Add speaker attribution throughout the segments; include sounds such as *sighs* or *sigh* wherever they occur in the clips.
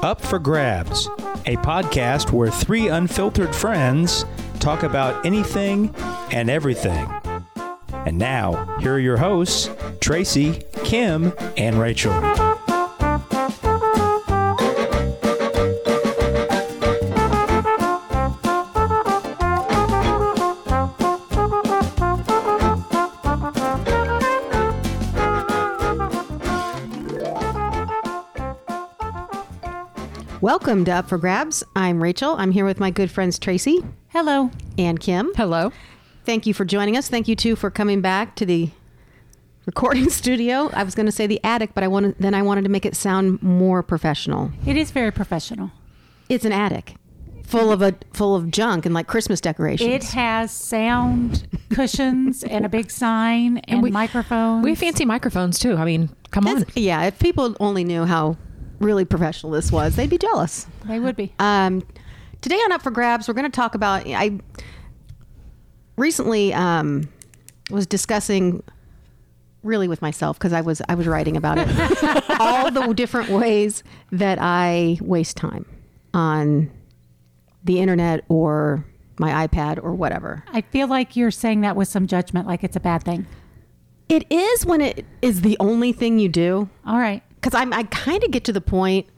Speaker 1: Up for Grabs, a podcast where three unfiltered friends talk about anything and everything. And now, here are your hosts, Tracy, Kim, and Rachel.
Speaker 2: Welcome to Up for Grabs. I'm Rachel. I'm here with my good friends Tracy
Speaker 3: Hello.
Speaker 2: and Kim.
Speaker 3: Hello.
Speaker 2: Thank you for joining us. Thank you too for coming back to the recording *laughs* studio. I was going to say the attic, but I wanted then I wanted to make it sound more professional.
Speaker 3: It is very professional.
Speaker 2: It's an attic full of a full of junk and like Christmas decorations.
Speaker 3: It has sound cushions and a big sign and, microphones.
Speaker 4: We have fancy microphones too. I mean, come on.
Speaker 2: That's- yeah, if people only knew how really professional this was, they'd be jealous.
Speaker 3: They would be.
Speaker 2: Um, today on Up for Grabs, we're going to talk about. I recently um, was discussing really with myself because I was I was writing about it *laughs* all the different ways that I waste time on the internet or my iPad or whatever.
Speaker 3: I feel like you're saying that with some judgment, like it's a bad thing.
Speaker 2: It is when it is the only thing you do.
Speaker 3: All right.
Speaker 2: because I'm I kind of get to the point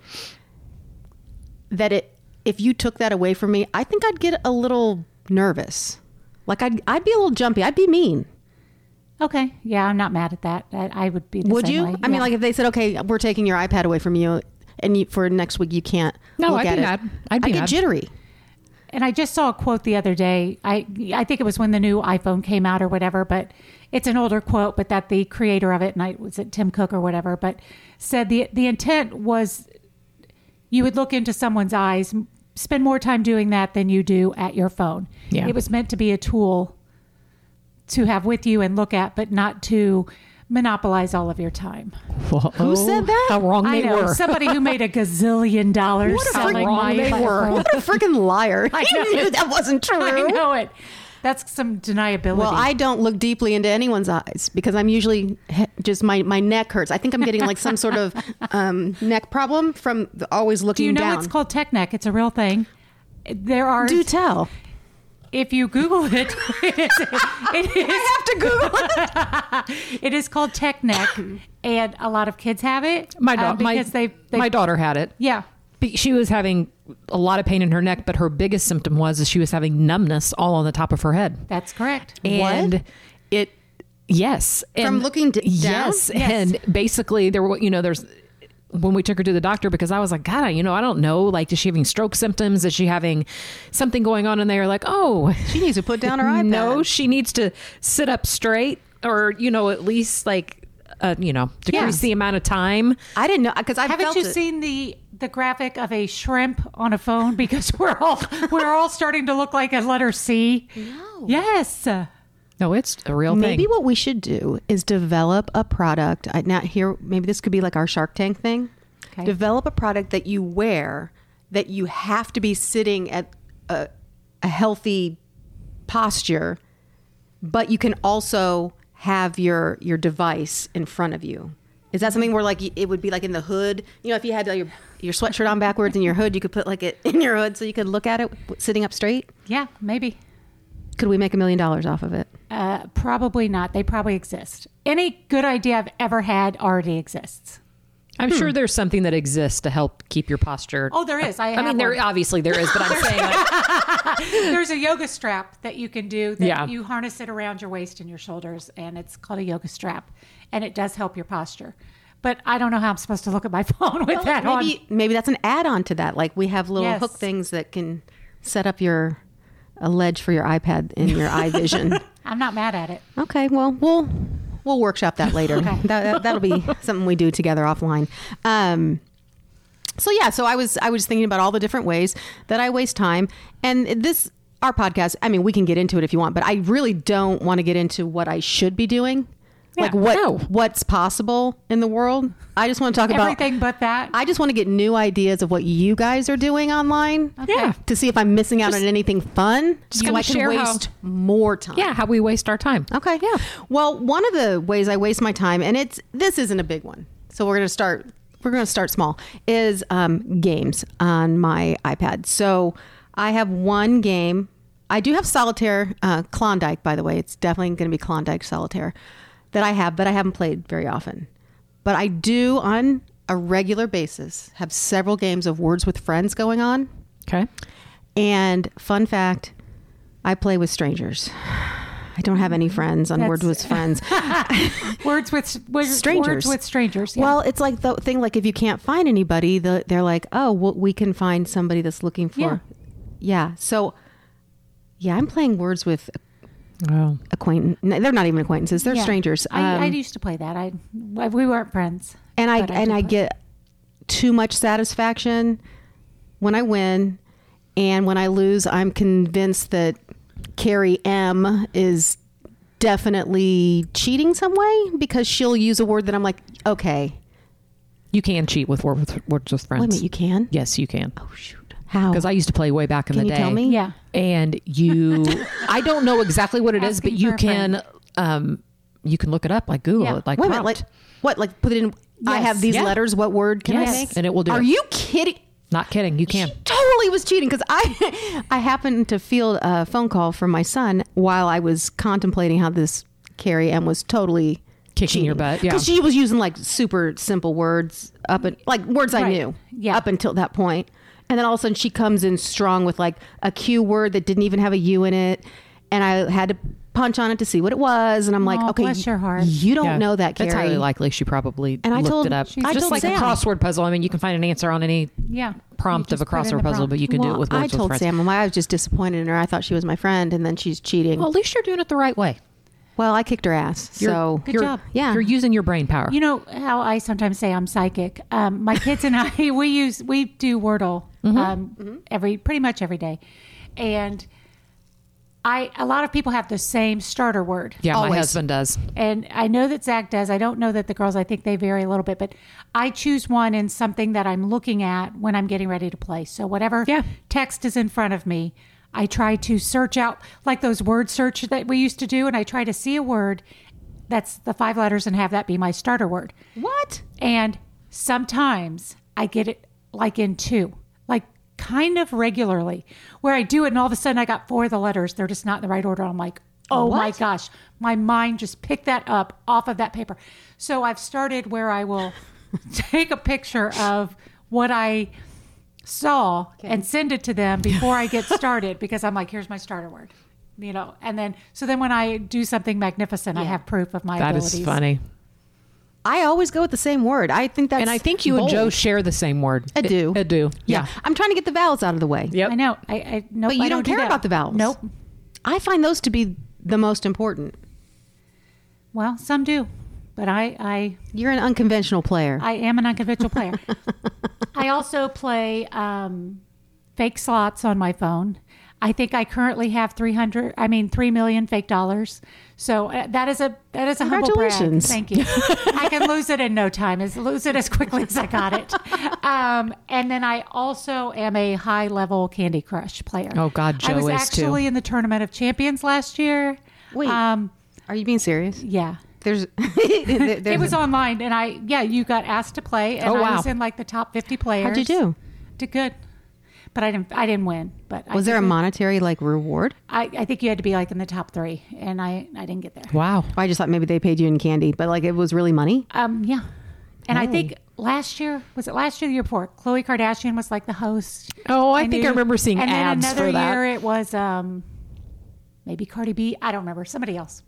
Speaker 2: that it if you took that away from me, I think I'd get a little nervous. Like I'd I'd be a little jumpy. I'd be mean.
Speaker 3: Okay. Yeah, I'm not mad at that. I, I would be. The
Speaker 2: Would
Speaker 3: same
Speaker 2: you?
Speaker 3: way.
Speaker 2: I mean,
Speaker 3: Yeah.
Speaker 2: like if they said, "Okay, we're taking your iPad away from you, and you, for next week you can't."
Speaker 4: No,
Speaker 2: look
Speaker 4: I'd be
Speaker 2: at it.
Speaker 4: mad. I'd be
Speaker 2: get
Speaker 4: mad.
Speaker 2: jittery.
Speaker 3: And I just saw a quote the other day. I I think it was when the new iPhone came out or whatever, but it's an older quote, but that the creator of it, and I was it Tim Cook or whatever, but said the the intent was you would look into someone's eyes, m- spend more time doing that than you do at your phone.
Speaker 4: Yeah.
Speaker 3: It was meant to be a tool to have with you and look at, but not to monopolize all of your time.
Speaker 4: Who
Speaker 2: said that?
Speaker 4: How wrong
Speaker 3: I
Speaker 4: they
Speaker 3: know
Speaker 4: were.
Speaker 3: somebody who made a
Speaker 4: *laughs*
Speaker 3: gazillion dollars
Speaker 2: What a
Speaker 3: selling
Speaker 2: freaking-
Speaker 3: my
Speaker 4: They were.
Speaker 3: iPhone.
Speaker 2: What a freaking
Speaker 3: *laughs*
Speaker 2: liar! I
Speaker 3: know.
Speaker 2: knew that wasn't true.
Speaker 3: I know it. That's some deniability.
Speaker 2: Well, I don't look deeply into anyone's eyes because I'm usually he- just my, my neck hurts. I think I'm getting like some sort of *laughs* um, neck problem from the, always looking
Speaker 3: do you know
Speaker 2: down.
Speaker 3: it's called tech neck? It's a real thing. There are
Speaker 2: Do tell.
Speaker 3: if you Google it, *laughs* it is, it is
Speaker 2: *laughs* I have to Google it.
Speaker 3: *laughs* it is called tech neck, and a lot of kids have it.
Speaker 4: my,
Speaker 3: uh,
Speaker 4: da- my,
Speaker 3: because they, they
Speaker 4: my daughter had it.
Speaker 3: yeah
Speaker 4: Be- She was having a lot of pain in her neck, but her biggest symptom was is she was having numbness all on the top of her head.
Speaker 3: that's correct.
Speaker 4: And
Speaker 2: It
Speaker 4: yes, and
Speaker 2: From looking d- down?
Speaker 4: Yes,
Speaker 3: Yes.
Speaker 4: and basically there were you know there's when we took her to the doctor because I was like God, I, you know I don't know like is she having stroke symptoms? Is she having something going on? And they were like, oh,
Speaker 2: she needs to put down her *laughs* iPad.
Speaker 4: No, she needs to sit up straight, or you know, at least like, uh, you know, decrease
Speaker 3: Yes.
Speaker 4: the amount of time.
Speaker 2: I didn't know because I
Speaker 3: Haven't
Speaker 2: felt
Speaker 3: you
Speaker 2: it.
Speaker 3: seen the the graphic of a shrimp on a phone? *laughs* Because we're all we're all starting to look like a letter C. No. Yes.
Speaker 4: No, it's a real
Speaker 2: Maybe
Speaker 4: thing.
Speaker 2: what we should do is develop a product. I, now here, maybe this could be like our Shark Tank thing.
Speaker 3: Okay.
Speaker 2: Develop a product that you wear that you have to be sitting at a, a healthy posture, but you can also have your your device in front of you. Is that something where like y- it would be like in the hood? You know, if you had like, your your sweatshirt on backwards and your hood, you could put like it in your hood so you could look at it w- sitting up straight.
Speaker 3: Yeah. Maybe.
Speaker 2: Could we make a million dollars off of it?
Speaker 3: Uh, probably not. They probably exist. Any good idea I've ever had already exists.
Speaker 4: I'm sure there's something that exists to help keep your posture.
Speaker 3: Oh, there is. I,
Speaker 4: Hmm. I
Speaker 3: have
Speaker 4: mean, there
Speaker 3: one.
Speaker 4: obviously there is, but I'm saying like, *laughs*
Speaker 3: there's a yoga strap that you can do that
Speaker 4: Yeah.
Speaker 3: you harness it around your waist and your shoulders, and it's called a yoga strap, and it does help your posture. But I don't know how I'm supposed to look at my *laughs* phone with that on.
Speaker 2: maybe maybe that's an add-on to that. Like we have little
Speaker 3: Yes.
Speaker 2: hook things that can set up your a ledge for your iPad in your eye
Speaker 3: *laughs*
Speaker 2: vision.
Speaker 3: I'm not mad at it.
Speaker 2: Okay, well we'll we'll workshop that later. that, that, that'll be something we do together offline. Um, so yeah, so I was I was thinking about all the different ways that I waste time, and this our podcast. I mean, we can get into it if you want, but I really don't want to get into what I should be doing. like
Speaker 3: Yeah,
Speaker 2: what
Speaker 4: no.
Speaker 2: what's possible in the world. I just want to talk about
Speaker 3: Everything but that.
Speaker 2: I just want to get new ideas of what you guys are doing online.
Speaker 4: Yeah.
Speaker 2: To see if I'm missing out on anything fun.
Speaker 4: just
Speaker 2: so
Speaker 4: kinda
Speaker 2: I can
Speaker 4: share how-
Speaker 2: waste more time.
Speaker 4: yeah, how we waste our time.
Speaker 2: Okay. Yeah. Well, one of the ways I waste my time, and it's this isn't a big one. So we're going to start we're going to start small is um, games on my iPad. So I have one game. I do have solitaire uh, Klondike, by the way. It's definitely going to be Klondike solitaire that I have, but I haven't played very often. But I do on a regular basis have several games of Words with Friends going on.
Speaker 4: Okay.
Speaker 2: And fun fact, I play with strangers. I don't have any friends on Words with
Speaker 3: Mm-hmm. That's-
Speaker 2: Friends.
Speaker 3: *laughs* Words with words,
Speaker 2: strangers
Speaker 3: Words with strangers. yeah.
Speaker 2: Well, it's like the thing like if you can't find anybody, the, they're like, oh, well, we can find somebody that's looking for.
Speaker 3: Yeah.
Speaker 2: Yeah. So, yeah, I'm playing words with
Speaker 4: Oh.
Speaker 2: acquaintance. They're not even acquaintances. They're
Speaker 3: Yeah.
Speaker 2: strangers.
Speaker 3: I, I
Speaker 2: Um,
Speaker 3: used to play that. I we weren't friends.
Speaker 2: and I
Speaker 3: but I
Speaker 2: and
Speaker 3: do
Speaker 2: I
Speaker 3: play.
Speaker 2: get too much satisfaction when I win, and when I lose, I'm convinced that Carrie M is definitely cheating some way because she'll use a word that I'm like, okay,
Speaker 4: You can cheat with Wor- with- Words with Friends.
Speaker 2: wait a minute, you can.
Speaker 4: yes, you can.
Speaker 2: Oh shoot, how?
Speaker 4: Because I used to play way back in
Speaker 2: Can
Speaker 4: the
Speaker 2: you
Speaker 4: day.
Speaker 2: tell me?
Speaker 3: Yeah.
Speaker 4: And *laughs* you, I don't know exactly what it is,
Speaker 3: Asking
Speaker 4: but you
Speaker 3: for a friend.
Speaker 4: can, um, you can look it up, like Google
Speaker 3: Yeah.
Speaker 4: it, like
Speaker 2: Wait a minute,
Speaker 4: prompt.
Speaker 2: like what? Like put it in. I
Speaker 4: Yes.
Speaker 2: have these
Speaker 4: Yeah.
Speaker 2: letters. What word can
Speaker 4: Yes.
Speaker 2: I make?
Speaker 4: And it will do
Speaker 2: Are
Speaker 4: it.
Speaker 2: you kidding?
Speaker 4: Not kidding, you can.
Speaker 2: Totally was cheating because I *laughs* I happened to field a phone call from my son while I was contemplating how this Carrie M was totally
Speaker 4: Kicking your butt, yeah.
Speaker 2: because she was using like super simple words up and like words I
Speaker 3: Right.
Speaker 2: knew
Speaker 3: Yeah.
Speaker 2: up until that point, and then all of a sudden she comes in strong with like a Q word that didn't even have a U in it, and I had to punch on it to see what it was, and I'm like,
Speaker 3: Aw,
Speaker 2: okay,
Speaker 3: bless your heart.
Speaker 2: you don't
Speaker 4: Yeah.
Speaker 2: know that Carrie.
Speaker 4: That's highly likely. She probably
Speaker 2: And I
Speaker 4: looked
Speaker 2: told-
Speaker 4: it up.
Speaker 2: She's-
Speaker 4: just
Speaker 2: I told
Speaker 4: like a
Speaker 2: Sam.
Speaker 4: crossword puzzle. I mean, you can find an answer on any
Speaker 3: Yeah.
Speaker 4: prompt
Speaker 3: You
Speaker 4: of a
Speaker 3: just put in
Speaker 4: crossword
Speaker 3: the
Speaker 4: puzzle,
Speaker 3: prompt.
Speaker 4: but you can do
Speaker 2: Well,
Speaker 4: it with
Speaker 2: I
Speaker 4: Words with
Speaker 2: told
Speaker 4: Friends.
Speaker 2: Sam, I was just disappointed in her. I thought she was my friend, and then she's cheating.
Speaker 4: Well,
Speaker 2: Well,
Speaker 4: at least you're doing it the right way.
Speaker 2: I kicked her ass. So
Speaker 3: Good
Speaker 4: You're-
Speaker 3: job.
Speaker 2: Yeah.
Speaker 4: You're using your brain power.
Speaker 3: You know how I sometimes say I'm psychic. Um, my kids and *laughs* I, we use we do Wordle um, every pretty much every day, and I a lot of people have the same starter word.
Speaker 4: yeah, my
Speaker 2: always.
Speaker 4: husband does.
Speaker 3: and I know that Zach does. I don't know that the girls. I think they vary a little bit, but I choose one in something that I'm looking at when I'm getting ready to play. So whatever
Speaker 4: Yeah.
Speaker 3: text is in front of me, I try to search out like those word search that we used to do, and I try to see a word that's the five letters and have that be my starter word.
Speaker 2: what?
Speaker 3: And sometimes I get it like in two, like kind of regularly, where I do it and all of a sudden I got four of the letters. They're just not in the right order. I'm like, oh my gosh, my mind just picked that up off of that paper. So I've started where
Speaker 2: *laughs*
Speaker 3: I will take a picture of what I saw and send it to them before I
Speaker 2: *laughs*
Speaker 3: get started because I'm like, here's my starter word. You know, and then so then when I do something magnificent, I have proof of my
Speaker 4: That
Speaker 3: abilities.
Speaker 4: is funny.
Speaker 2: I always go with the same word. I think that's
Speaker 4: And I think you
Speaker 2: bold.
Speaker 4: and Joe share the same word.
Speaker 2: I do.
Speaker 4: I do. Yeah.
Speaker 2: I'm trying to get the vowels out of the way.
Speaker 4: Yep.
Speaker 3: I know. I, I nope,
Speaker 2: But you
Speaker 3: I
Speaker 2: don't
Speaker 3: do
Speaker 2: care
Speaker 3: that.
Speaker 2: about the vowels.
Speaker 3: Nope.
Speaker 2: I find those to be the most important.
Speaker 3: Well, some do, but I I
Speaker 2: You're an unconventional player.
Speaker 3: I am an unconventional
Speaker 4: *laughs*
Speaker 3: player. I also play um, fake slots on my phone. I think I currently have three hundred. I mean, three million fake dollars. So uh, that is a that is a humble brag.
Speaker 2: Congratulations.
Speaker 3: Thank you. I can lose it in no time. As lose it as quickly as I got it. Um, and then I also am a high level Candy Crush player.
Speaker 4: Oh, God,
Speaker 3: I
Speaker 4: Joe
Speaker 3: was
Speaker 4: is, too.
Speaker 3: actually in the tournament of champions last year.
Speaker 2: Wait.
Speaker 3: Um,
Speaker 2: Are you being serious?
Speaker 3: yeah.
Speaker 2: There's, *laughs* there-
Speaker 3: It
Speaker 2: there's-
Speaker 3: was online, and I yeah, you got asked to play, and
Speaker 4: Oh,
Speaker 3: I
Speaker 4: wow.
Speaker 3: was in like the top fifty players.
Speaker 2: How'd you do?
Speaker 3: Did good, but I didn't. I didn't win. But I
Speaker 2: Was there a
Speaker 4: Mm-hmm.
Speaker 3: did-
Speaker 2: monetary like reward?
Speaker 3: I, I think you had to be like in the top three, and I I didn't get there.
Speaker 4: Wow.
Speaker 2: I just thought maybe they paid you in candy, but like it was really money.
Speaker 3: Um, yeah, and I think last year was it last year or the year before? Chloe Kardashian was like the host.
Speaker 4: Oh, I think I remember seeing
Speaker 3: and
Speaker 4: ads
Speaker 3: then another
Speaker 4: for that.
Speaker 3: year it was um, maybe Cardi B. I don't remember somebody else.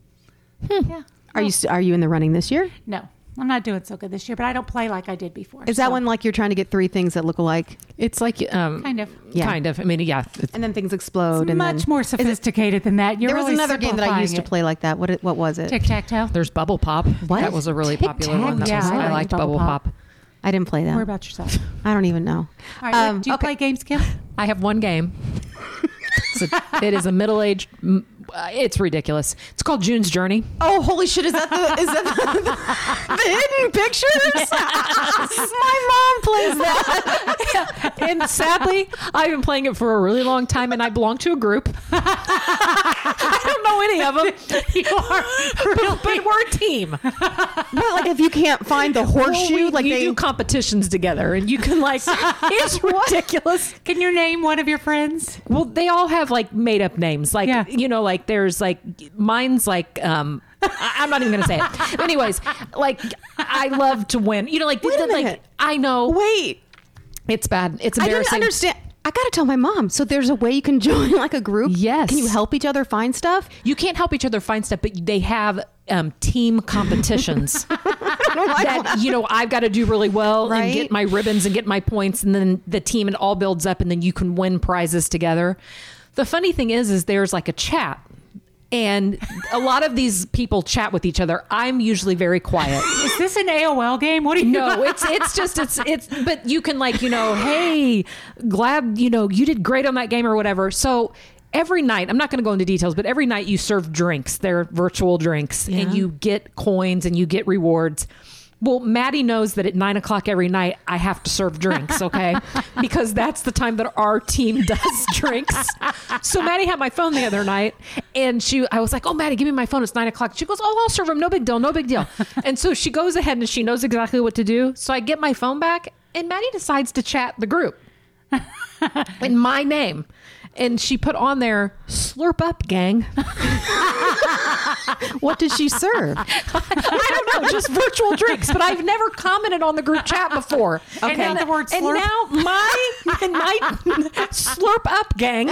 Speaker 4: Hmm.
Speaker 3: Yeah,
Speaker 2: Are you are you in the running this year?
Speaker 3: no, I'm not doing so good this year, but I don't play like I did before.
Speaker 2: Is that
Speaker 3: so,
Speaker 2: when like you're trying to get three things that look alike?
Speaker 4: It's like, um,
Speaker 3: kind of?
Speaker 2: Yeah.
Speaker 4: kind of. I mean, yeah. It's,
Speaker 2: and then things explode. and
Speaker 3: much
Speaker 2: then,
Speaker 3: more sophisticated than that. You're
Speaker 2: There was
Speaker 3: really
Speaker 2: another game that I
Speaker 3: simplifying
Speaker 2: used to
Speaker 3: it.
Speaker 2: play like that. What it- what was it?
Speaker 3: Tic Tac Toe.
Speaker 4: there's Bubble Pop.
Speaker 2: What?
Speaker 4: That was a really
Speaker 2: Tic
Speaker 4: popular one. That
Speaker 3: Tac
Speaker 4: was,
Speaker 3: Toe.
Speaker 4: I liked Bubble Pop.
Speaker 2: I didn't play that.
Speaker 3: Worry about yourself.
Speaker 2: I don't even know.
Speaker 3: All right,
Speaker 2: Um,
Speaker 3: do you
Speaker 2: okay.
Speaker 3: play games, Kim?
Speaker 4: I have one game. it's a, it is a middle-aged m- uh, it's ridiculous. It's called June's Journey. *laughs*
Speaker 2: Oh, holy shit! Is that the is that the, the hidden pictures? *laughs* My mom plays that.
Speaker 4: and sadly, I've been playing it for a really long time, and I belong to a group. *laughs* I don't know any of them.
Speaker 3: you are really,
Speaker 4: But, but we're a team.
Speaker 2: But like, if you can't find the horseshoe,
Speaker 4: Well, we-
Speaker 2: like
Speaker 4: you
Speaker 2: they
Speaker 4: do competitions together, and you can like it's ridiculous.
Speaker 3: can you name one of your friends?
Speaker 4: Well, they all have like made up names, like
Speaker 3: Yeah.
Speaker 4: you know, like there's like mine's like um. I- I'm not even gonna
Speaker 2: *laughs*
Speaker 4: say it. Anyways, like I love to win. You know, like
Speaker 2: Wait a
Speaker 4: the- like,
Speaker 2: minute.
Speaker 4: I know
Speaker 2: wait.
Speaker 4: it's bad. It's
Speaker 2: I
Speaker 4: embarrassing.
Speaker 2: didn't understand. I gotta tell my mom. So there's a way you can *laughs* join like a group.
Speaker 4: Yes.
Speaker 2: Can you help each other find stuff?
Speaker 4: You can't help each other find stuff, but they have um, team competitions. that you know I've got to do really well
Speaker 2: Right?
Speaker 4: and get my ribbons and get my points, and then the team it all builds up, and then you can win prizes together. The funny thing is, is there's like a chat, and a lot of these people chat with each other. I'm usually very quiet.
Speaker 3: Is this an AOL game? What do you
Speaker 4: *laughs*
Speaker 3: *laughs*
Speaker 4: No, it's it's just it's it's but you can like, you know, hey, glad you know you did great on that game or whatever. So every night, I'm not going to go into details, but every night you serve drinks. They're virtual drinks, and you get coins and you get rewards. Well, Maddie knows that at nine o'clock every night I have to serve drinks, okay? because that's the time that our team does drinks. So Maddie had my phone the other night, and she, I was like, "Oh, Maddie, give me my phone. It's nine o'clock." She goes, "Oh, I'll serve them. No big deal. No big deal." and so she goes ahead and she knows exactly what to do. So I get my phone back, and Maddie decides to chat the group in my name. And she put on there, slurp up, gang. *laughs*
Speaker 2: What did she serve?
Speaker 4: I don't know, just virtual drinks. But I've never commented on the group chat before.
Speaker 3: And now the word
Speaker 4: And
Speaker 3: slurp.
Speaker 4: now my and my slurp
Speaker 3: *laughs*
Speaker 4: up gang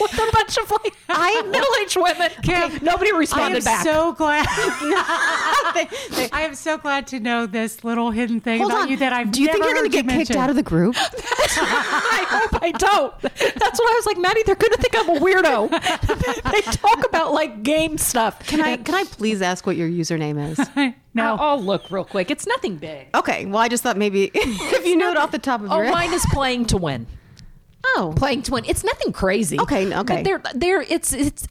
Speaker 4: with a bunch of like I middle aged women.
Speaker 3: Kim,
Speaker 4: nobody
Speaker 3: I am
Speaker 4: responded back.
Speaker 3: so
Speaker 2: *laughs*
Speaker 3: glad. *laughs* I am so glad to know this little hidden thing
Speaker 2: Hold
Speaker 3: about
Speaker 2: on.
Speaker 3: you that I've.
Speaker 2: Do you think
Speaker 3: never
Speaker 2: you're gonna
Speaker 3: heard you
Speaker 2: get kicked
Speaker 3: mention.
Speaker 2: out of the
Speaker 4: *laughs*
Speaker 2: group?
Speaker 4: *laughs* I hope I don't. That's what I was like, Maddie. They're gonna think I'm a weirdo. *laughs* they talk about like game stuff.
Speaker 2: Can I can I please ask what your username is?
Speaker 4: *laughs*
Speaker 3: No.
Speaker 2: Oh.
Speaker 4: I'll, I'll look real quick. It's nothing big.
Speaker 2: Okay. Well, I just thought maybe *laughs* if you know it off the top of
Speaker 4: Oh,
Speaker 2: your head.
Speaker 4: mine is playing to win.
Speaker 2: *laughs* Oh.
Speaker 4: playing twin. It's nothing crazy.
Speaker 2: Okay, okay.
Speaker 4: But they're they're it's it's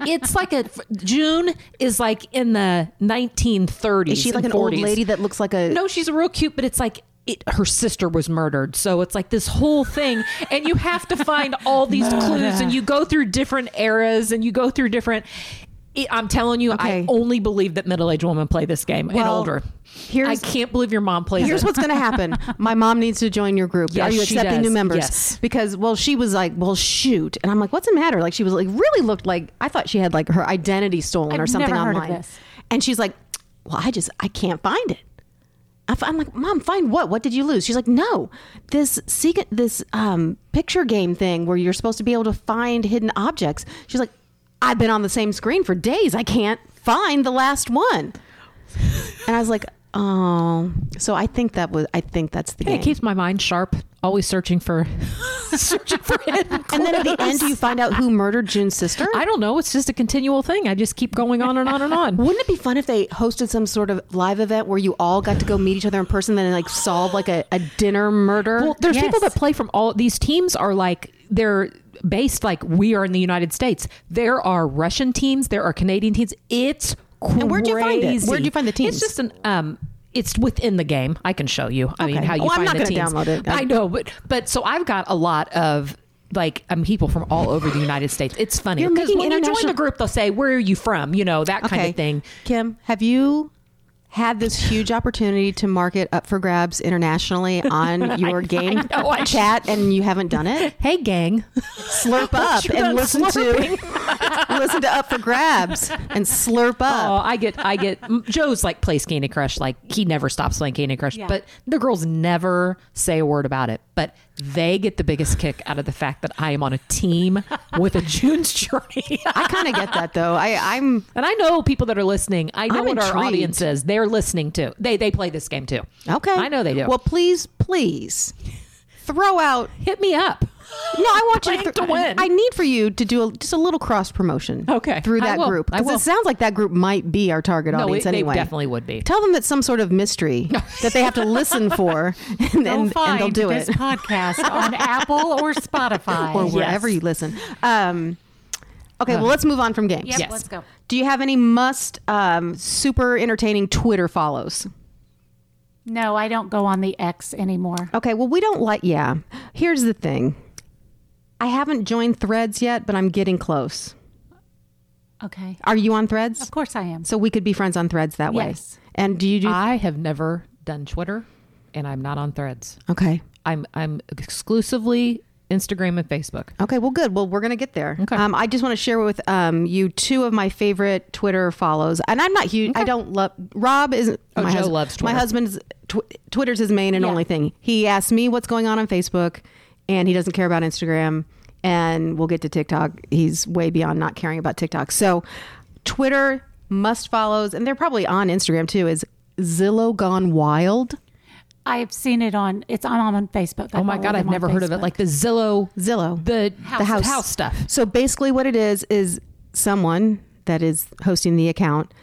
Speaker 4: it's like a June is like in the 1930s.
Speaker 2: Is she like an
Speaker 4: and
Speaker 2: old
Speaker 4: 40s.
Speaker 2: lady that looks like a
Speaker 4: No, she's real cute, but it's like. It, her sister was murdered, so it's like this whole thing, and you have to find
Speaker 2: *laughs*
Speaker 4: all these clues, and you go through different eras, and you go through different. It, I'm telling you,
Speaker 2: Okay.
Speaker 4: I only believe that middle-aged women play this game and
Speaker 2: Well,
Speaker 4: older. I
Speaker 2: here's-
Speaker 4: can't believe your mom plays.
Speaker 2: Here's
Speaker 4: it.
Speaker 2: what's going to happen. My mom needs to join your group.
Speaker 4: Yes,
Speaker 2: Are you
Speaker 4: she
Speaker 2: accepting
Speaker 4: does.
Speaker 2: new members?
Speaker 4: Yes.
Speaker 2: Because well, she was like, well, shoot, and I'm like, what's the matter? Like she was like, really looked like I thought she had like her identity stolen
Speaker 3: I've
Speaker 2: or something
Speaker 3: never heard of
Speaker 2: online.
Speaker 3: this.
Speaker 2: And she's like, well, I just I can't find it. I f- I'm like, mom, find what? What did you lose? She's like, no, this secret, this um, picture game thing where you're supposed to be able to find hidden objects. She's like, I've been on the same screen for days. I can't find the last one. And I was like, oh. So I think that was. I think that's the
Speaker 4: It
Speaker 2: game.
Speaker 4: keeps my mind sharp, always searching for searching for hidden
Speaker 2: and then at the end,
Speaker 4: clues.
Speaker 2: you find out who murdered June's sister.
Speaker 4: I don't know. It's just a continual thing. I just keep going on and on and on.
Speaker 2: Wouldn't it be fun if they hosted some sort of live event where you all got to go meet each other in person, then like solve like a, a dinner murder?
Speaker 4: *laughs* Well, there's
Speaker 3: Yes.
Speaker 4: people that play from all these teams are like they're based like we are in the United States. There are Russian teams, there are Canadian teams. It's crazy.
Speaker 2: where'd you find it? Where'd you find the teams?
Speaker 4: It's just an um it's within the game. I can show you. I mean,
Speaker 2: Okay.
Speaker 4: how you
Speaker 2: Well, I'm
Speaker 4: find
Speaker 2: not
Speaker 4: the
Speaker 2: gonna
Speaker 4: teams.
Speaker 2: download it. I-
Speaker 4: I know, but but so I've got a lot of like um, people from all over the United States. It's funny
Speaker 2: You're
Speaker 4: because
Speaker 2: making
Speaker 4: when you join
Speaker 2: international-
Speaker 4: the group, they'll say, "Where are you from?" You know that kind of thing.
Speaker 2: Kim, have you had this huge opportunity to market up for grabs internationally
Speaker 4: *laughs*
Speaker 2: on your game
Speaker 4: know, I-
Speaker 2: chat, and you haven't done
Speaker 4: *laughs*
Speaker 2: it?
Speaker 4: Hey, gang.
Speaker 2: Slurp up
Speaker 4: You're
Speaker 2: and
Speaker 4: done
Speaker 2: listen to *laughs* listen to up for grabs and slurp
Speaker 4: Oh,
Speaker 2: up.
Speaker 4: I get, I get. Joe's like plays Candy Crush, like he never stops playing Candy Crush, but the girls never say a word about it. But they get the biggest kick out of the fact that I am on a team with a June's Journey,
Speaker 2: I kind of get that though. I, I'm
Speaker 4: *laughs* and I know people that are listening. I know
Speaker 2: I'm
Speaker 4: what our
Speaker 2: intrigued.
Speaker 4: audience is. They're listening too. They they play this game too.
Speaker 2: okay.
Speaker 4: I know they do.
Speaker 2: Well, please, please throw out
Speaker 4: hit me up.
Speaker 2: No, I want you to,
Speaker 4: Playing
Speaker 2: throw-
Speaker 4: to win.
Speaker 2: I need for you to do a, just a little cross promotion.
Speaker 4: Okay.
Speaker 2: through
Speaker 4: I
Speaker 2: that
Speaker 4: will.
Speaker 2: group
Speaker 4: I
Speaker 2: 'Cause
Speaker 4: will.
Speaker 2: it sounds like that group might be our target
Speaker 4: No,
Speaker 2: audience
Speaker 4: it- they
Speaker 2: anyway.
Speaker 4: definitely would be.
Speaker 2: Tell them it's some sort of
Speaker 3: *laughs*
Speaker 2: mystery that they have to listen for, and,
Speaker 3: Go
Speaker 2: and, and
Speaker 3: find
Speaker 2: they'll do
Speaker 3: this
Speaker 2: it *laughs*
Speaker 3: podcast on Apple or Spotify.
Speaker 2: or wherever you listen. Um, Okay, well, let's move on from games.
Speaker 3: Yep, Yes. let's go.
Speaker 2: Do you have any must um, super entertaining Twitter follows?
Speaker 3: No, I don't go on the X anymore.
Speaker 2: Okay, well, we don't like, yeah. Here's the thing I haven't joined threads yet, but I'm getting close.
Speaker 3: Okay.
Speaker 2: Are you on threads?
Speaker 3: Of course I am.
Speaker 2: So we could be friends on threads that way.
Speaker 3: Yes.
Speaker 2: And do you do.
Speaker 4: I have never done Twitter, and I'm not on Threads.
Speaker 2: okay.
Speaker 4: I'm I'm exclusively Instagram and Facebook.
Speaker 2: Okay, well, good. Well, we're going to get there.
Speaker 4: Okay.
Speaker 2: Um, I just want to share with um, you two of my favorite Twitter follows. And I'm not huge. I don't love. Rob is.
Speaker 4: Oh,
Speaker 2: my
Speaker 4: Joe
Speaker 2: husband,
Speaker 4: loves
Speaker 2: My
Speaker 4: Twitter.
Speaker 2: husband's. Tw- Twitter's his main and
Speaker 3: Yeah.
Speaker 2: only thing. He asks me what's going on on Facebook, and he doesn't care about Instagram. And we'll get to TikTok. He's way beyond not caring about TikTok. So, Twitter must follows, and they're probably on Instagram too, is Zillow Gone Wild.
Speaker 3: I've seen it on. It's on on Facebook. I
Speaker 4: Oh my
Speaker 3: follow
Speaker 4: god,
Speaker 3: them
Speaker 4: I've
Speaker 3: on
Speaker 4: never heard of it.
Speaker 3: Facebook.
Speaker 4: Like the Zillow,
Speaker 2: Zillow.
Speaker 4: the
Speaker 2: the house.
Speaker 4: house, stuff.
Speaker 2: So basically, what it is is someone that is hosting the account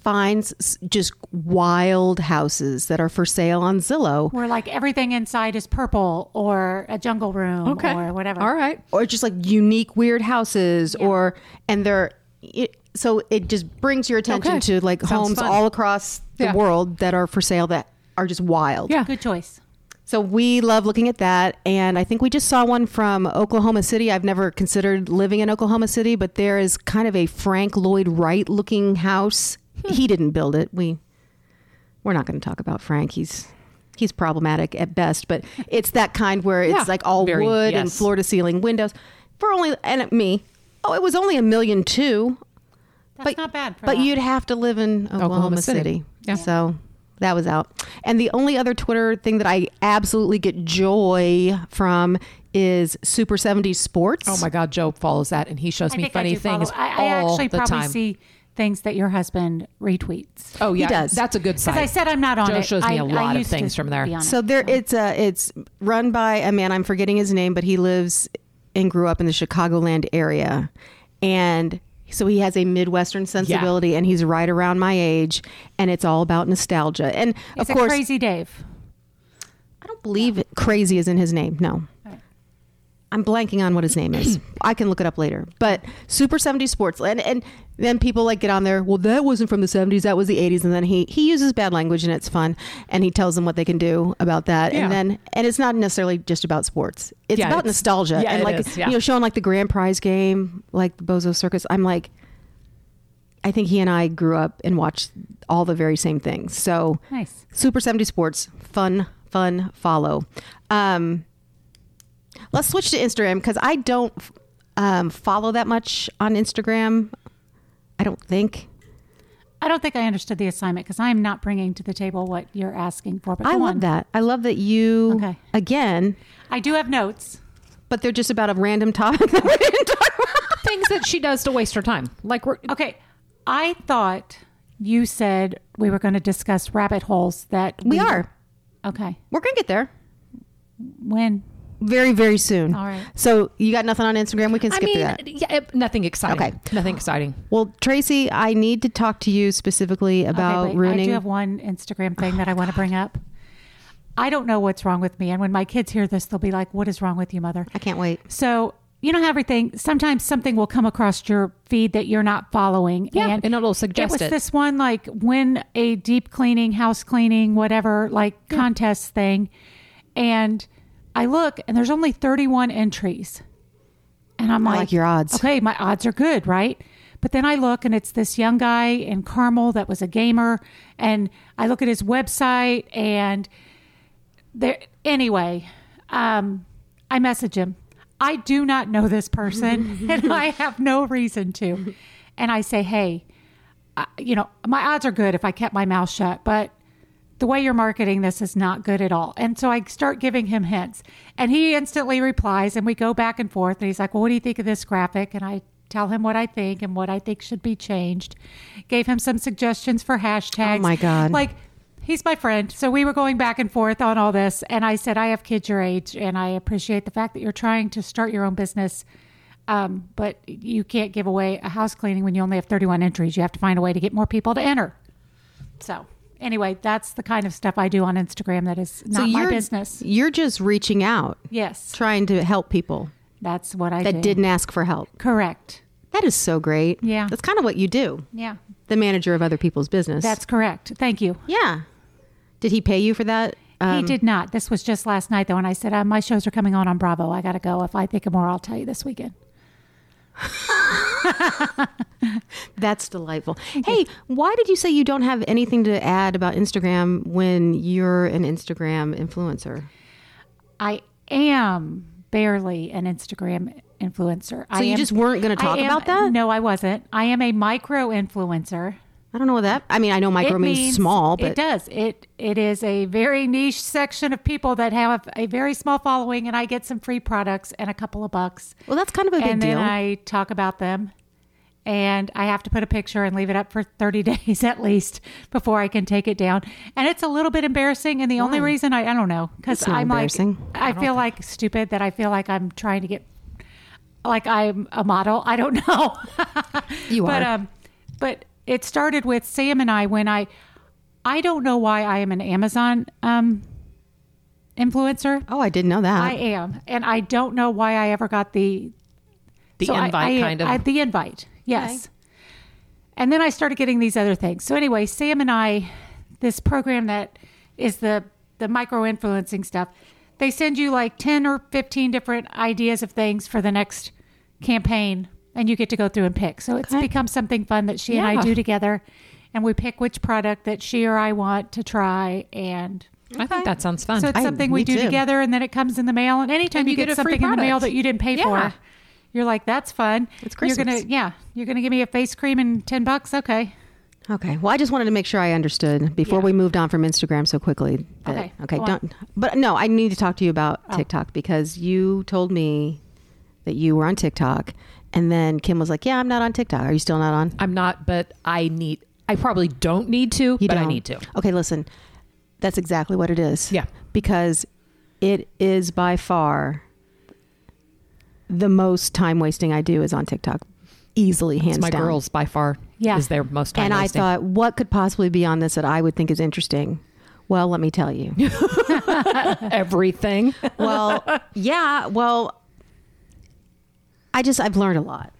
Speaker 2: finds s- just wild houses that are for sale on Zillow,
Speaker 3: where like everything inside is purple or a jungle room or whatever.
Speaker 4: All right.
Speaker 2: or just like unique, weird houses, or and they're it, so it just brings your attention
Speaker 4: Okay.
Speaker 2: to like
Speaker 4: Sounds
Speaker 2: homes
Speaker 4: fun.
Speaker 2: all across the
Speaker 4: Yeah.
Speaker 2: world that are for sale that are just wild.
Speaker 4: Yeah.
Speaker 3: Good choice.
Speaker 2: So we love looking at that. And I think we just saw one from Oklahoma City. I've never considered living in Oklahoma City, but there is kind of a Frank Lloyd Wright looking house.
Speaker 4: Hmm.
Speaker 2: He didn't build it. We we're not going to talk about Frank. He's he's problematic at best, but it's that kind where it's
Speaker 4: Yeah,
Speaker 2: like all
Speaker 4: very,
Speaker 2: wood and
Speaker 4: yes.
Speaker 2: floor to ceiling windows for only and me. Oh, it was only a million two.
Speaker 3: That's not bad. For
Speaker 2: but
Speaker 3: that.
Speaker 2: you'd have to live in Oklahoma, City.
Speaker 4: City. Yeah.
Speaker 2: So that was out. And the only other Twitter thing that I absolutely get joy from is Super 70s Sports.
Speaker 4: Oh my god, Joe follows that, and he shows
Speaker 3: I
Speaker 4: me
Speaker 3: think I
Speaker 4: funny
Speaker 3: do follow-
Speaker 4: things
Speaker 3: I, I
Speaker 4: all
Speaker 3: actually
Speaker 4: the
Speaker 3: probably
Speaker 4: time.
Speaker 3: see things that your husband retweets.
Speaker 4: oh yeah,
Speaker 2: does.
Speaker 4: That's a good
Speaker 3: Because
Speaker 4: sign.
Speaker 3: I said I'm not on
Speaker 4: Joe
Speaker 3: it.
Speaker 4: shows me
Speaker 3: a
Speaker 4: a lot of things from there.
Speaker 2: So there it's a it's run by a man I'm forgetting his name, but he lives and grew up in the Chicagoland area. And so he has a Midwestern sensibility and he's right around my age and it's all about nostalgia. And
Speaker 3: it's
Speaker 2: of course
Speaker 3: a crazy Dave.
Speaker 2: I don't believe crazy is in his name. No.
Speaker 3: Alright.
Speaker 2: I'm blanking on what his name
Speaker 4: *clears throat*
Speaker 2: is. I can look it up later. But Super 70s Sports and and then people like get on there, well that wasn't from the 70s, that was the 80s and then he he uses bad language and it's fun and he tells them what they can do about that.
Speaker 4: Yeah.
Speaker 2: And then and it's not necessarily just about sports. It's
Speaker 4: Yeah,
Speaker 2: about
Speaker 4: it's-
Speaker 2: nostalgia
Speaker 4: yeah,
Speaker 2: and
Speaker 4: it
Speaker 2: like
Speaker 4: is, yeah.
Speaker 2: you know showing like the grand prize game, like the Bozo Circus. I'm like I think he and I grew up and watched all the very same things. So
Speaker 3: Nice.
Speaker 2: Super 70 Sports, fun, fun follow. Um, let's switch to Instagram because I don't um, follow that much on Instagram. I don't think.
Speaker 3: I don't think I understood the assignment because I'm not bringing to the table what you're asking for. But
Speaker 2: I
Speaker 3: go
Speaker 2: love
Speaker 3: on.
Speaker 2: that. I love that you,
Speaker 3: Okay.
Speaker 2: again,
Speaker 3: I do have notes.
Speaker 2: but they're just about a random topic *laughs* that we didn't talk about.
Speaker 4: things that she does to waste her time. Like we're
Speaker 3: Okay, I thought you said we were going to discuss rabbit holes that
Speaker 2: We are.
Speaker 3: Okay,
Speaker 2: We're going to get there
Speaker 3: when
Speaker 2: very, very soon.
Speaker 3: All right.
Speaker 2: So you got nothing on Instagram? We can
Speaker 4: I
Speaker 2: skip to
Speaker 4: mean,
Speaker 2: that.
Speaker 4: yeah, it- nothing exciting.
Speaker 2: Okay.
Speaker 4: nothing exciting.
Speaker 2: Well, Tracy, I need to talk to you specifically about
Speaker 3: okay, wait, I
Speaker 2: ruining.
Speaker 3: do have one Instagram thing that I want to bring up. I don't know what's wrong with me, and when my kids hear this, they'll be like, "What is wrong with you, mother?"
Speaker 2: I can't wait.
Speaker 3: So you know how everything. Sometimes something will come across your feed that you're not following,
Speaker 4: Yeah,
Speaker 3: and,
Speaker 4: and it'll suggest
Speaker 3: it was
Speaker 4: it.
Speaker 3: this one like when a deep cleaning, house cleaning, whatever like contest thing, and I look and there's only 31 entries, and I'm
Speaker 2: I
Speaker 3: like,
Speaker 2: like your odds.
Speaker 3: Okay, my odds are good, right? But then I look and it's this young guy in Carmel that was a gamer, and I look at his website and there anyway um i message him i do not know this person *laughs* and i have no reason to and i say hey uh, you know my odds are good if i kept my mouth shut but the way you're marketing this is not good at all and so i start giving him hints and he instantly replies and we go back and forth and he's like well what do you think of this graphic and i tell him what i think and what i think should be changed gave him some suggestions for hashtags
Speaker 2: Oh my God.
Speaker 3: like he's my friend. So we were going back and forth on all this. And I said, I have kids your age and I appreciate the fact that you're trying to start your own business. Um, but you can't give away a house cleaning when you only have 31 entries. You have to find a way to get more people to enter. So anyway, that's the kind of stuff I do on Instagram that is not my business.
Speaker 2: You're just reaching out,
Speaker 3: Yes,
Speaker 2: trying to help people
Speaker 3: that's what I
Speaker 2: that
Speaker 3: do.
Speaker 2: didn't ask for help.
Speaker 3: Correct.
Speaker 2: That is so great.
Speaker 3: Yeah.
Speaker 2: That's kind of what you do.
Speaker 3: Yeah.
Speaker 2: The manager of other people's business.
Speaker 3: That's correct. Thank you.
Speaker 2: yeah. Did he pay you for that?
Speaker 3: he did not. This was just last night, though, and I said, uh, My shows are coming on on Bravo. I got to go. If I think of more, I'll tell you this weekend.
Speaker 2: That's delightful. Hey, why did you say you don't have anything to add about Instagram when you're an Instagram influencer?
Speaker 3: I am barely an Instagram influencer. I
Speaker 2: So you
Speaker 3: am-
Speaker 2: just weren't gonna
Speaker 3: I
Speaker 2: talk
Speaker 3: am-
Speaker 2: about that?
Speaker 3: No, I wasn't. I am a micro influencer.
Speaker 2: I don't know what that. I mean, I know micro means, small, but
Speaker 3: it does. It it is a very niche section of people that have a very small following, and I get some free products and a couple of bucks,
Speaker 2: well, that's kind of a big
Speaker 3: and
Speaker 2: deal.
Speaker 3: then I talk about them, and I have to put a picture and leave it up for thirty *laughs* days at least before I can take it down, and it's a little bit embarrassing. And the only reason I I don't know because
Speaker 2: It's not
Speaker 3: I'm like
Speaker 2: embarrassing.
Speaker 3: I, feel like stupid that I feel like I'm trying to get like I'm a model. I don't *laughs* know.
Speaker 2: you
Speaker 3: But
Speaker 2: are.
Speaker 3: um, but it started with Sam and I when I, I don't know why I am an Amazon um, influencer.
Speaker 2: oh, I didn't know that.
Speaker 3: I am, and I don't know why I ever got the
Speaker 4: The
Speaker 3: so I-
Speaker 4: invite
Speaker 3: I-
Speaker 4: kind of.
Speaker 3: I- the invite. Yes. And then I started getting these other things. So anyway, Sam and I, this program that is the the micro influencing stuff, they send you like ten or fifteen different ideas of things for the next campaign, and you get to go through and pick. So it's become something fun that she and I
Speaker 4: Yeah.
Speaker 3: do together, and we pick which product that she or I want to try and.
Speaker 4: I think that sounds fun.
Speaker 3: So it's
Speaker 2: I-
Speaker 3: something we
Speaker 2: me
Speaker 3: do
Speaker 2: too.
Speaker 3: together, and then it comes in the mail. And anytime
Speaker 4: And
Speaker 3: you,
Speaker 4: you
Speaker 3: get,
Speaker 4: get a free
Speaker 3: something in the mail
Speaker 4: product.
Speaker 3: that you didn't pay
Speaker 4: Yeah.
Speaker 3: for, you're like, "That's fun."
Speaker 2: It's
Speaker 3: You're gonna,
Speaker 2: Christmas.
Speaker 3: yeah, you're gonna give me a face cream and ten bucks. Okay,
Speaker 2: okay. Well, I just wanted to make sure I understood before we moved on from Instagram so quickly. that-
Speaker 3: Okay,
Speaker 2: Okay.
Speaker 3: go on.
Speaker 2: Don't. But no, I need to talk to you about
Speaker 4: Oh.
Speaker 2: TikTok because you told me that you were on TikTok, and then Kim was like, "Yeah, I'm not on TikTok. Are you still not on?"
Speaker 4: I'm not, but I need. I probably don't need to,
Speaker 2: You
Speaker 4: but I
Speaker 2: don't.
Speaker 4: need to.
Speaker 2: Okay, listen. That's exactly what it is.
Speaker 4: Yeah.
Speaker 2: Because it is by far the most time wasting I do is on TikTok. Easily hands
Speaker 4: It's my
Speaker 2: down.
Speaker 4: girls by far.
Speaker 3: Yeah.
Speaker 4: is their most time
Speaker 2: and I
Speaker 4: wasting.
Speaker 2: thought, what could possibly be on this that I would think is interesting? Well, let me tell
Speaker 3: *laughs*
Speaker 2: you.
Speaker 4: everything.
Speaker 2: well, yeah, well I just I've learned a lot.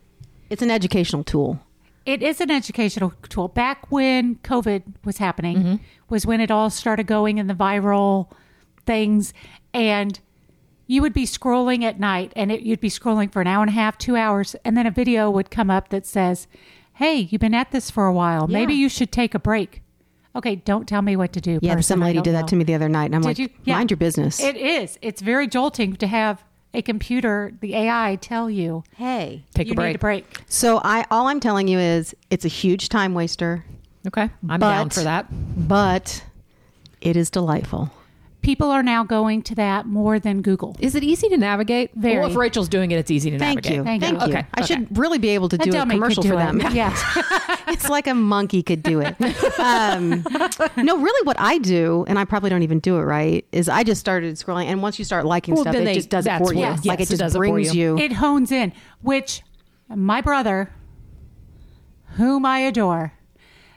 Speaker 2: It's an educational tool.
Speaker 3: it is an educational tool. Back when COVID was happening,
Speaker 2: Mm-hmm.
Speaker 3: was when it all started going in the viral things, and you would be scrolling at night, and it, you'd be scrolling for an hour and a half, two hours, and then a video would come up that says, "Hey, you've been at this for a while. Maybe you should take a break." Okay, don't tell me what to do.
Speaker 2: Yeah,
Speaker 3: person.
Speaker 2: some
Speaker 3: I
Speaker 2: lady
Speaker 3: don't
Speaker 2: did that
Speaker 3: know.
Speaker 2: to me the other night and I'm like,
Speaker 3: Did you? Yeah.
Speaker 2: mind your business.
Speaker 3: It is. It's very jolting to have a computer, the AI, tell you
Speaker 2: hey.
Speaker 4: Take
Speaker 3: you
Speaker 4: a break.
Speaker 3: need a break.
Speaker 2: So I all I'm telling you is it's a huge time waster.
Speaker 4: Okay, I'm down
Speaker 2: But-
Speaker 4: for that.
Speaker 2: but it is delightful.
Speaker 3: People are now going to that more than Google.
Speaker 4: Is it easy to navigate?
Speaker 3: Very.
Speaker 4: Well, if Rachel's doing it, it's easy to
Speaker 2: Thank
Speaker 4: navigate.
Speaker 2: you.
Speaker 3: Thank
Speaker 2: Thank,
Speaker 3: you.
Speaker 2: you.
Speaker 4: Okay,
Speaker 2: I
Speaker 4: okay.
Speaker 2: should really be able to
Speaker 3: That
Speaker 2: do a
Speaker 3: dummy could
Speaker 2: commercial
Speaker 3: do
Speaker 2: for
Speaker 3: it. *laughs*
Speaker 2: them.
Speaker 3: Yes.
Speaker 2: it's like a monkey could do it. Um, no, really, what I do, and I probably don't even do it right, is I just started scrolling, and once you start liking
Speaker 4: Well,
Speaker 2: stuff,
Speaker 4: then
Speaker 2: it
Speaker 4: they-
Speaker 2: just does it
Speaker 4: that's
Speaker 2: for you.
Speaker 4: what- yes,
Speaker 2: like
Speaker 4: it
Speaker 2: it just
Speaker 4: does it for
Speaker 2: brings you.
Speaker 4: you.
Speaker 3: it hones in, which my brother, whom I adore,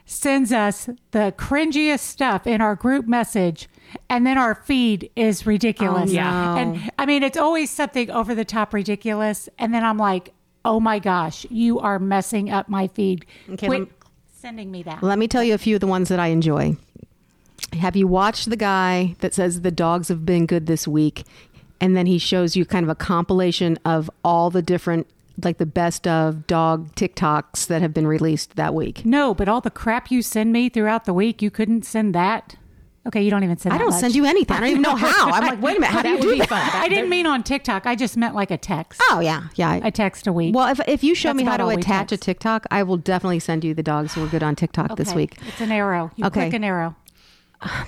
Speaker 3: sends us the cringiest stuff in our group message. And then our feed is ridiculous.
Speaker 2: Oh, no.
Speaker 3: And I mean, it's always something over the top ridiculous. And then I'm like, oh my gosh, you are messing up my feed.
Speaker 2: Okay,
Speaker 3: Quit
Speaker 2: lem-
Speaker 3: sending me that.
Speaker 2: Let me tell you a few of the ones that I enjoy. Have you watched the guy that says the dogs have been good this week? And then he shows you kind of a compilation of all the different, like the best of dog TikToks that have been released that week.
Speaker 3: No, but all the crap you send me throughout the week, you couldn't send that. Okay, you don't even send.
Speaker 2: I don't send you anything. I don't even know how. I'm like, wait a minute, how do you
Speaker 4: That
Speaker 2: do
Speaker 4: would be
Speaker 2: that?
Speaker 4: fun.
Speaker 3: I didn't mean on TikTok. I just meant like a text.
Speaker 2: Oh yeah, yeah.
Speaker 3: A text a week.
Speaker 2: Well, if if you show
Speaker 3: That's
Speaker 2: me how
Speaker 3: about
Speaker 2: to
Speaker 3: all we
Speaker 2: attach a
Speaker 3: text.
Speaker 2: TikTok, I will definitely send you the dogs who are good on TikTok this
Speaker 3: Okay,
Speaker 2: week.
Speaker 3: It's an arrow. You
Speaker 2: Oh, Okay.
Speaker 3: click an arrow.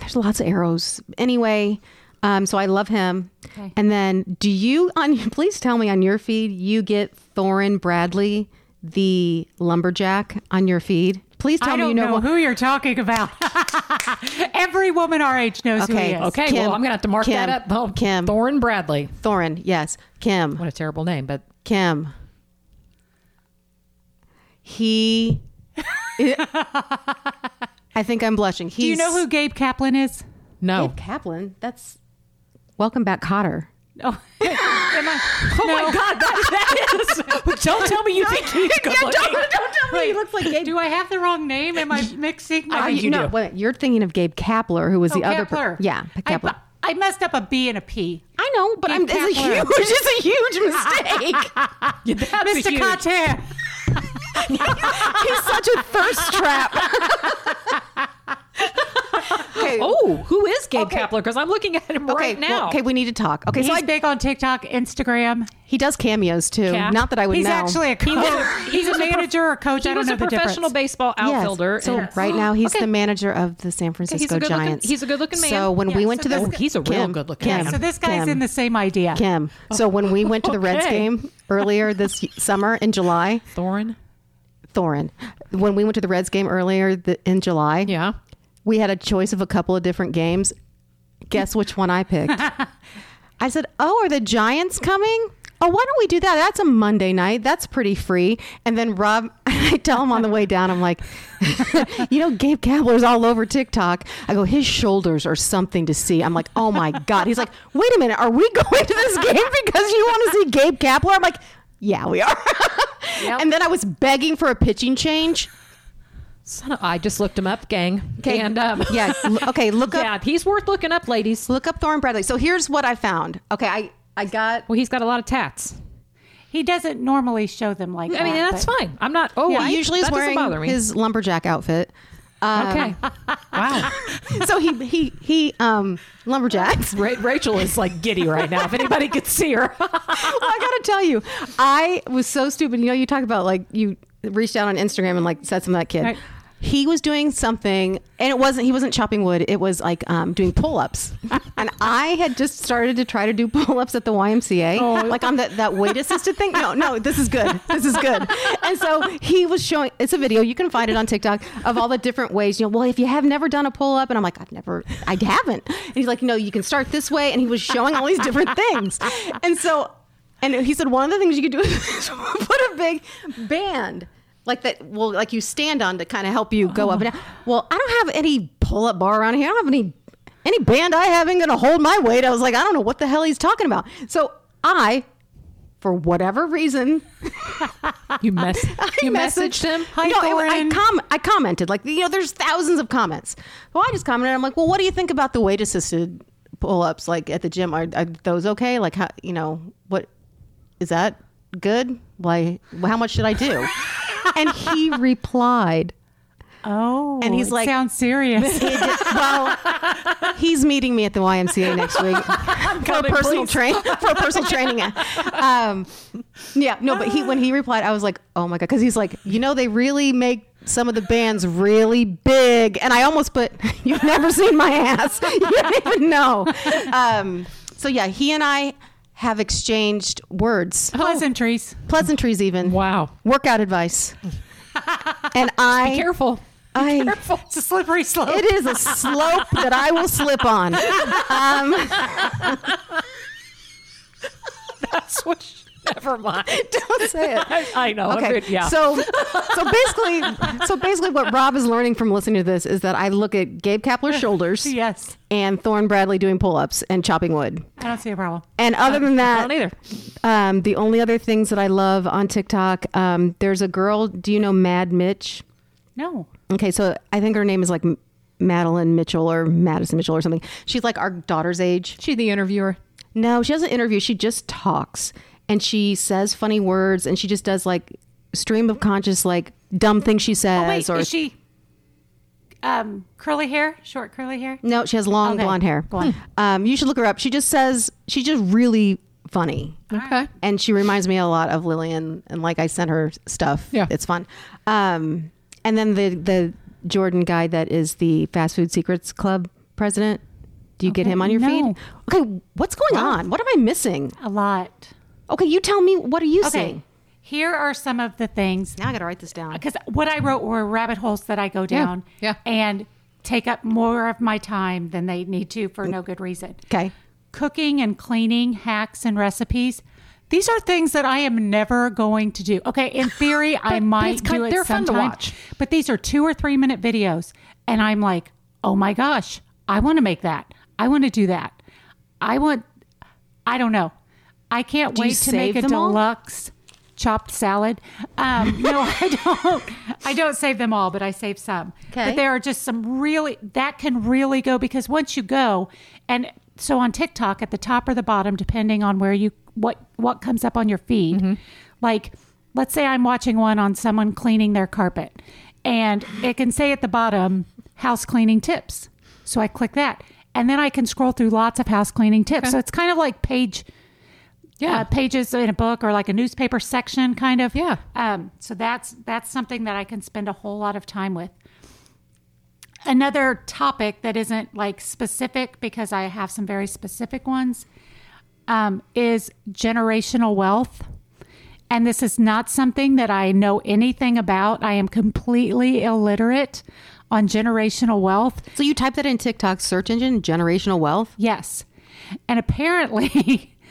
Speaker 2: There's lots of arrows. Anyway, um, so I love him.
Speaker 3: Okay.
Speaker 2: And then, do you on? *laughs* Please tell me on your feed you get Thorin Bradley, the lumberjack, on your feed. Please tell
Speaker 3: I
Speaker 2: me
Speaker 3: don't
Speaker 2: you know,
Speaker 3: know
Speaker 2: what-
Speaker 3: who you're talking about. *laughs* Every woman our age knows
Speaker 2: Okay.
Speaker 3: who he is.
Speaker 4: Okay,
Speaker 2: Kim.
Speaker 4: well, I'm gonna have to mark
Speaker 2: Kim.
Speaker 4: that up. Oh,
Speaker 2: Kim.
Speaker 4: Thorne Bradley.
Speaker 2: Thorin. Yes, Kim.
Speaker 4: What a terrible name, but
Speaker 2: Kim.
Speaker 3: *laughs*
Speaker 2: He. I think I'm blushing. He's,
Speaker 3: Do you know who Gabe Kaplan is?
Speaker 4: no.
Speaker 2: Gabe Kaplan. That's Oh. welcome back, Cotter.
Speaker 3: Oh, am I?
Speaker 4: Oh
Speaker 3: no.
Speaker 4: my God, that,
Speaker 2: *laughs*
Speaker 4: that is. But don't tell me you think he's good looking.
Speaker 3: Wait,
Speaker 2: looks like Gabe.
Speaker 3: Do I have the wrong
Speaker 2: *laughs*
Speaker 3: name? Am I mixing?
Speaker 2: Are
Speaker 3: my-
Speaker 2: you, no, wait, you're thinking of Gabe Kapler, who was
Speaker 3: Oh,
Speaker 2: the other. per-
Speaker 3: Kepler.
Speaker 2: yeah,
Speaker 3: I-
Speaker 2: Kapler. I,
Speaker 3: I messed up a B and a P.
Speaker 2: know, but
Speaker 3: Gabe
Speaker 2: I'm, it's a
Speaker 3: Kapler.
Speaker 2: huge, it's a huge mistake.
Speaker 4: That's
Speaker 3: Mr.
Speaker 4: huge-
Speaker 3: Carter.
Speaker 2: He's such a thirst trap. okay.
Speaker 4: Oh, who is Gabe
Speaker 2: Okay.
Speaker 4: Kapler? Because I'm looking at him
Speaker 2: okay.
Speaker 4: right now.
Speaker 2: well, okay, we need to talk. Okay,
Speaker 3: He's
Speaker 2: so I,
Speaker 3: big on TikTok, Instagram.
Speaker 2: he does cameos too.
Speaker 4: Yeah.
Speaker 2: Not that I would
Speaker 3: He's
Speaker 2: know.
Speaker 3: actually a coach.
Speaker 4: He was- he
Speaker 3: he's
Speaker 4: was
Speaker 3: a
Speaker 4: a prof-
Speaker 3: manager or coach.
Speaker 4: He
Speaker 3: I don't
Speaker 4: was
Speaker 3: know
Speaker 4: a
Speaker 3: the
Speaker 4: professional
Speaker 3: difference.
Speaker 4: baseball
Speaker 2: Yes.
Speaker 4: outfielder.
Speaker 2: So
Speaker 4: and-
Speaker 2: right now he's
Speaker 4: Okay.
Speaker 2: the manager of the San Francisco
Speaker 4: good-looking-
Speaker 2: Giants.
Speaker 4: he's a good-looking man.
Speaker 2: So when we
Speaker 3: Yeah,
Speaker 2: went
Speaker 3: so
Speaker 2: to the
Speaker 3: this
Speaker 4: Oh, he's a real
Speaker 2: Kim,
Speaker 4: good-looking
Speaker 2: Kim,
Speaker 4: man.
Speaker 3: So this guy's
Speaker 2: Kim,
Speaker 3: in the same idea.
Speaker 2: Kim. So when we went to the Reds
Speaker 4: Okay.
Speaker 2: game earlier this summer in July,
Speaker 4: Thorin.
Speaker 2: Thorin, when we went to the Reds game earlier th- in July,
Speaker 4: Yeah.
Speaker 2: we had a choice of a couple of different games. Guess which one I picked? I said, Oh, are the Giants coming? Oh, why don't we do that? That's a Monday night. That's pretty free. And then Rob, *laughs* I tell him on the way down, I'm like, *laughs* You know, Gabe Kapler's all over TikTok. I go, His shoulders are something to see. I'm like, Oh my God. He's like, Wait a minute. Are we *laughs* going to this game because you want to see Gabe Kapler? I'm like, Yeah, we are. *laughs* And then I was begging for a pitching change.
Speaker 4: Son of, I just looked him up, gang.
Speaker 2: Okay.
Speaker 4: And um,
Speaker 2: *laughs*
Speaker 4: *laughs*
Speaker 2: yeah. l- Okay. Look up.
Speaker 4: yeah, he's worth looking up, ladies.
Speaker 2: Look up Thorne Bradley. So here's what I found. Okay. I I got.
Speaker 4: Well, he's got a lot of tats.
Speaker 3: He doesn't normally show them like that.
Speaker 4: I mean, that's
Speaker 3: but-
Speaker 4: fine. I'm not. Oh,
Speaker 2: He
Speaker 4: I,
Speaker 2: usually is
Speaker 4: that doesn't
Speaker 2: wearing
Speaker 4: bother me.
Speaker 2: his lumberjack outfit.
Speaker 4: okay. *laughs* wow.
Speaker 2: So he he he um lumberjacks. *laughs*
Speaker 4: Ra- Rachel is like giddy right now. If anybody could see her, *laughs*
Speaker 2: well, I gotta tell you, I was so stupid. You know, you talk about like you reached out on Instagram and like said something to that kid.
Speaker 3: Right.
Speaker 2: He was doing something, and it wasn't. He wasn't chopping wood. It was like um, doing pull-ups, and I had just started to try to do pull-ups at the YMCA, like on that that weight-assisted thing. No, no, this is good. This is good. And so he was showing. It's a video. You can find it on TikTok of all the different ways. You know, well, if you have never done a pull-up, and I'm like, I've never, I haven't. And he's like, no, you can start this way, and he was showing all these different things, and so and he said one of the things you could do is *laughs* put a big band like that well like you stand on to kind of help you go up and down. Well, I don't have any pull-up bar around here. I don't have any any band I have ain't gonna hold my weight. I was like, I don't know what the hell he's talking about. So I, for whatever reason,
Speaker 4: you mess.
Speaker 2: *laughs*
Speaker 4: You messaged him.
Speaker 3: Hi,
Speaker 2: no, it wa- I,
Speaker 3: Thorin.
Speaker 2: com- I commented. Like, you know, there's thousands of comments. Well, I just commented. I'm like, well, what do you think about the weight assisted pull ups? Like at the gym, are, are those okay? Like, how, you know, what is that good? Why, how much should I do? and he replied,
Speaker 3: Oh,
Speaker 2: And he's
Speaker 3: it
Speaker 2: like-
Speaker 3: sounds
Speaker 4: *laughs*
Speaker 3: serious.
Speaker 2: it did- well, he's meeting me at the YMCA next
Speaker 4: *laughs*
Speaker 2: week for a
Speaker 4: coming,
Speaker 2: personal
Speaker 4: please.
Speaker 2: train for a personal training. Um, yeah, no, but he when he replied, I was like, oh my god, because he's like, you know, they really make some of the bands really big, and I almost put, *laughs* you've never seen my ass, *laughs* you don't even know. Um, so yeah, he and I have exchanged words,
Speaker 4: Oh.
Speaker 3: Pleasantries.
Speaker 2: pleasantries, even
Speaker 4: Wow.
Speaker 2: workout
Speaker 4: *laughs*
Speaker 2: advice, and I
Speaker 4: Be careful.
Speaker 2: I.
Speaker 4: Careful.
Speaker 3: It's a slippery slope.
Speaker 2: *laughs* It is a slope that I will slip on. *laughs* Um,
Speaker 4: That's what. She, never mind.
Speaker 2: don't say it.
Speaker 4: *laughs* I know. I'm
Speaker 2: Okay.
Speaker 4: good. Yeah.
Speaker 2: So, so basically, so basically, what Rob is learning from listening to this is that I look at Gabe
Speaker 4: *laughs*
Speaker 2: Kapler's shoulders
Speaker 3: yes.
Speaker 2: and Thorne Bradley doing pull-ups and chopping wood.
Speaker 3: I don't see a problem.
Speaker 2: And other than
Speaker 4: I
Speaker 2: that,
Speaker 4: don't either.
Speaker 2: um, the only other things that I love on TikTok, um, there's a girl. Do you know Mad Mitch?
Speaker 3: No.
Speaker 2: Okay, so I think her name is like M- Madeline Mitchell or Madison Mitchell or something. She's like our daughter's age.
Speaker 4: She the interviewer.
Speaker 2: No, she doesn't interview. She just talks and she says funny words and she just does like stream of conscious, like dumb things she says.
Speaker 4: Uh,
Speaker 3: Oh, wait,
Speaker 2: or
Speaker 3: is she um, curly hair? Short curly hair?
Speaker 2: no, she has long
Speaker 3: Okay,
Speaker 2: blonde hair.
Speaker 3: blonde.
Speaker 2: Um, you should look her up. She just says she's just really funny.
Speaker 4: Okay.
Speaker 2: And she reminds me a lot of Lillian, and like I sent her stuff.
Speaker 4: Yeah.
Speaker 2: it's fun. Um, and then the the Jordan guy that is the Fast Food Secrets Club president. Do you get
Speaker 3: Okay,
Speaker 2: him on your
Speaker 3: no.
Speaker 2: feed? Okay, what's going on? What am I missing?
Speaker 3: A lot.
Speaker 2: Okay, you tell me. What are you
Speaker 3: Okay.
Speaker 2: seeing?
Speaker 3: Here are some of the things
Speaker 2: Now I got to write this down.
Speaker 3: because what I wrote were rabbit holes that I go down
Speaker 4: yeah.
Speaker 3: and take up more of my time than they need to for no good reason.
Speaker 2: Okay.
Speaker 3: Cooking and cleaning hacks and recipes. These are things that I am never going to do. Okay,
Speaker 4: *sighs*
Speaker 3: in theory, I might
Speaker 4: it's kind-
Speaker 3: do it
Speaker 4: they're fun to
Speaker 3: sometime,
Speaker 4: watch.
Speaker 3: But these are two or three minute videos, and I'm like, oh my gosh, I want to make that. I want to do that. I want I don't know. I can't
Speaker 2: Do you
Speaker 3: wait to
Speaker 2: save
Speaker 3: make a
Speaker 2: them all?
Speaker 3: deluxe chopped salad. Um, no, *laughs* I don't. I don't save them all, but I save some.
Speaker 2: Okay.
Speaker 3: But there are just some really that can really go because once you go and so on TikTok at the top or the bottom, depending on where you what what comes up on your feed, like let's say I'm watching one on someone cleaning their carpet, and it can say at the bottom house cleaning tips. So I click that, and then I can scroll through lots of house cleaning tips. So it's kind of like page uh, pages in a book or like a newspaper section kind of
Speaker 4: Yeah.
Speaker 3: um, so that's that's something that i can spend a whole lot of time with another topic that isn't like specific because i have some very specific ones um, is generational wealth and this is not something that i know anything about i am completely illiterate on generational wealth
Speaker 2: So you type that in TikTok's search engine, generational wealth.
Speaker 3: Yes. And apparently, *laughs*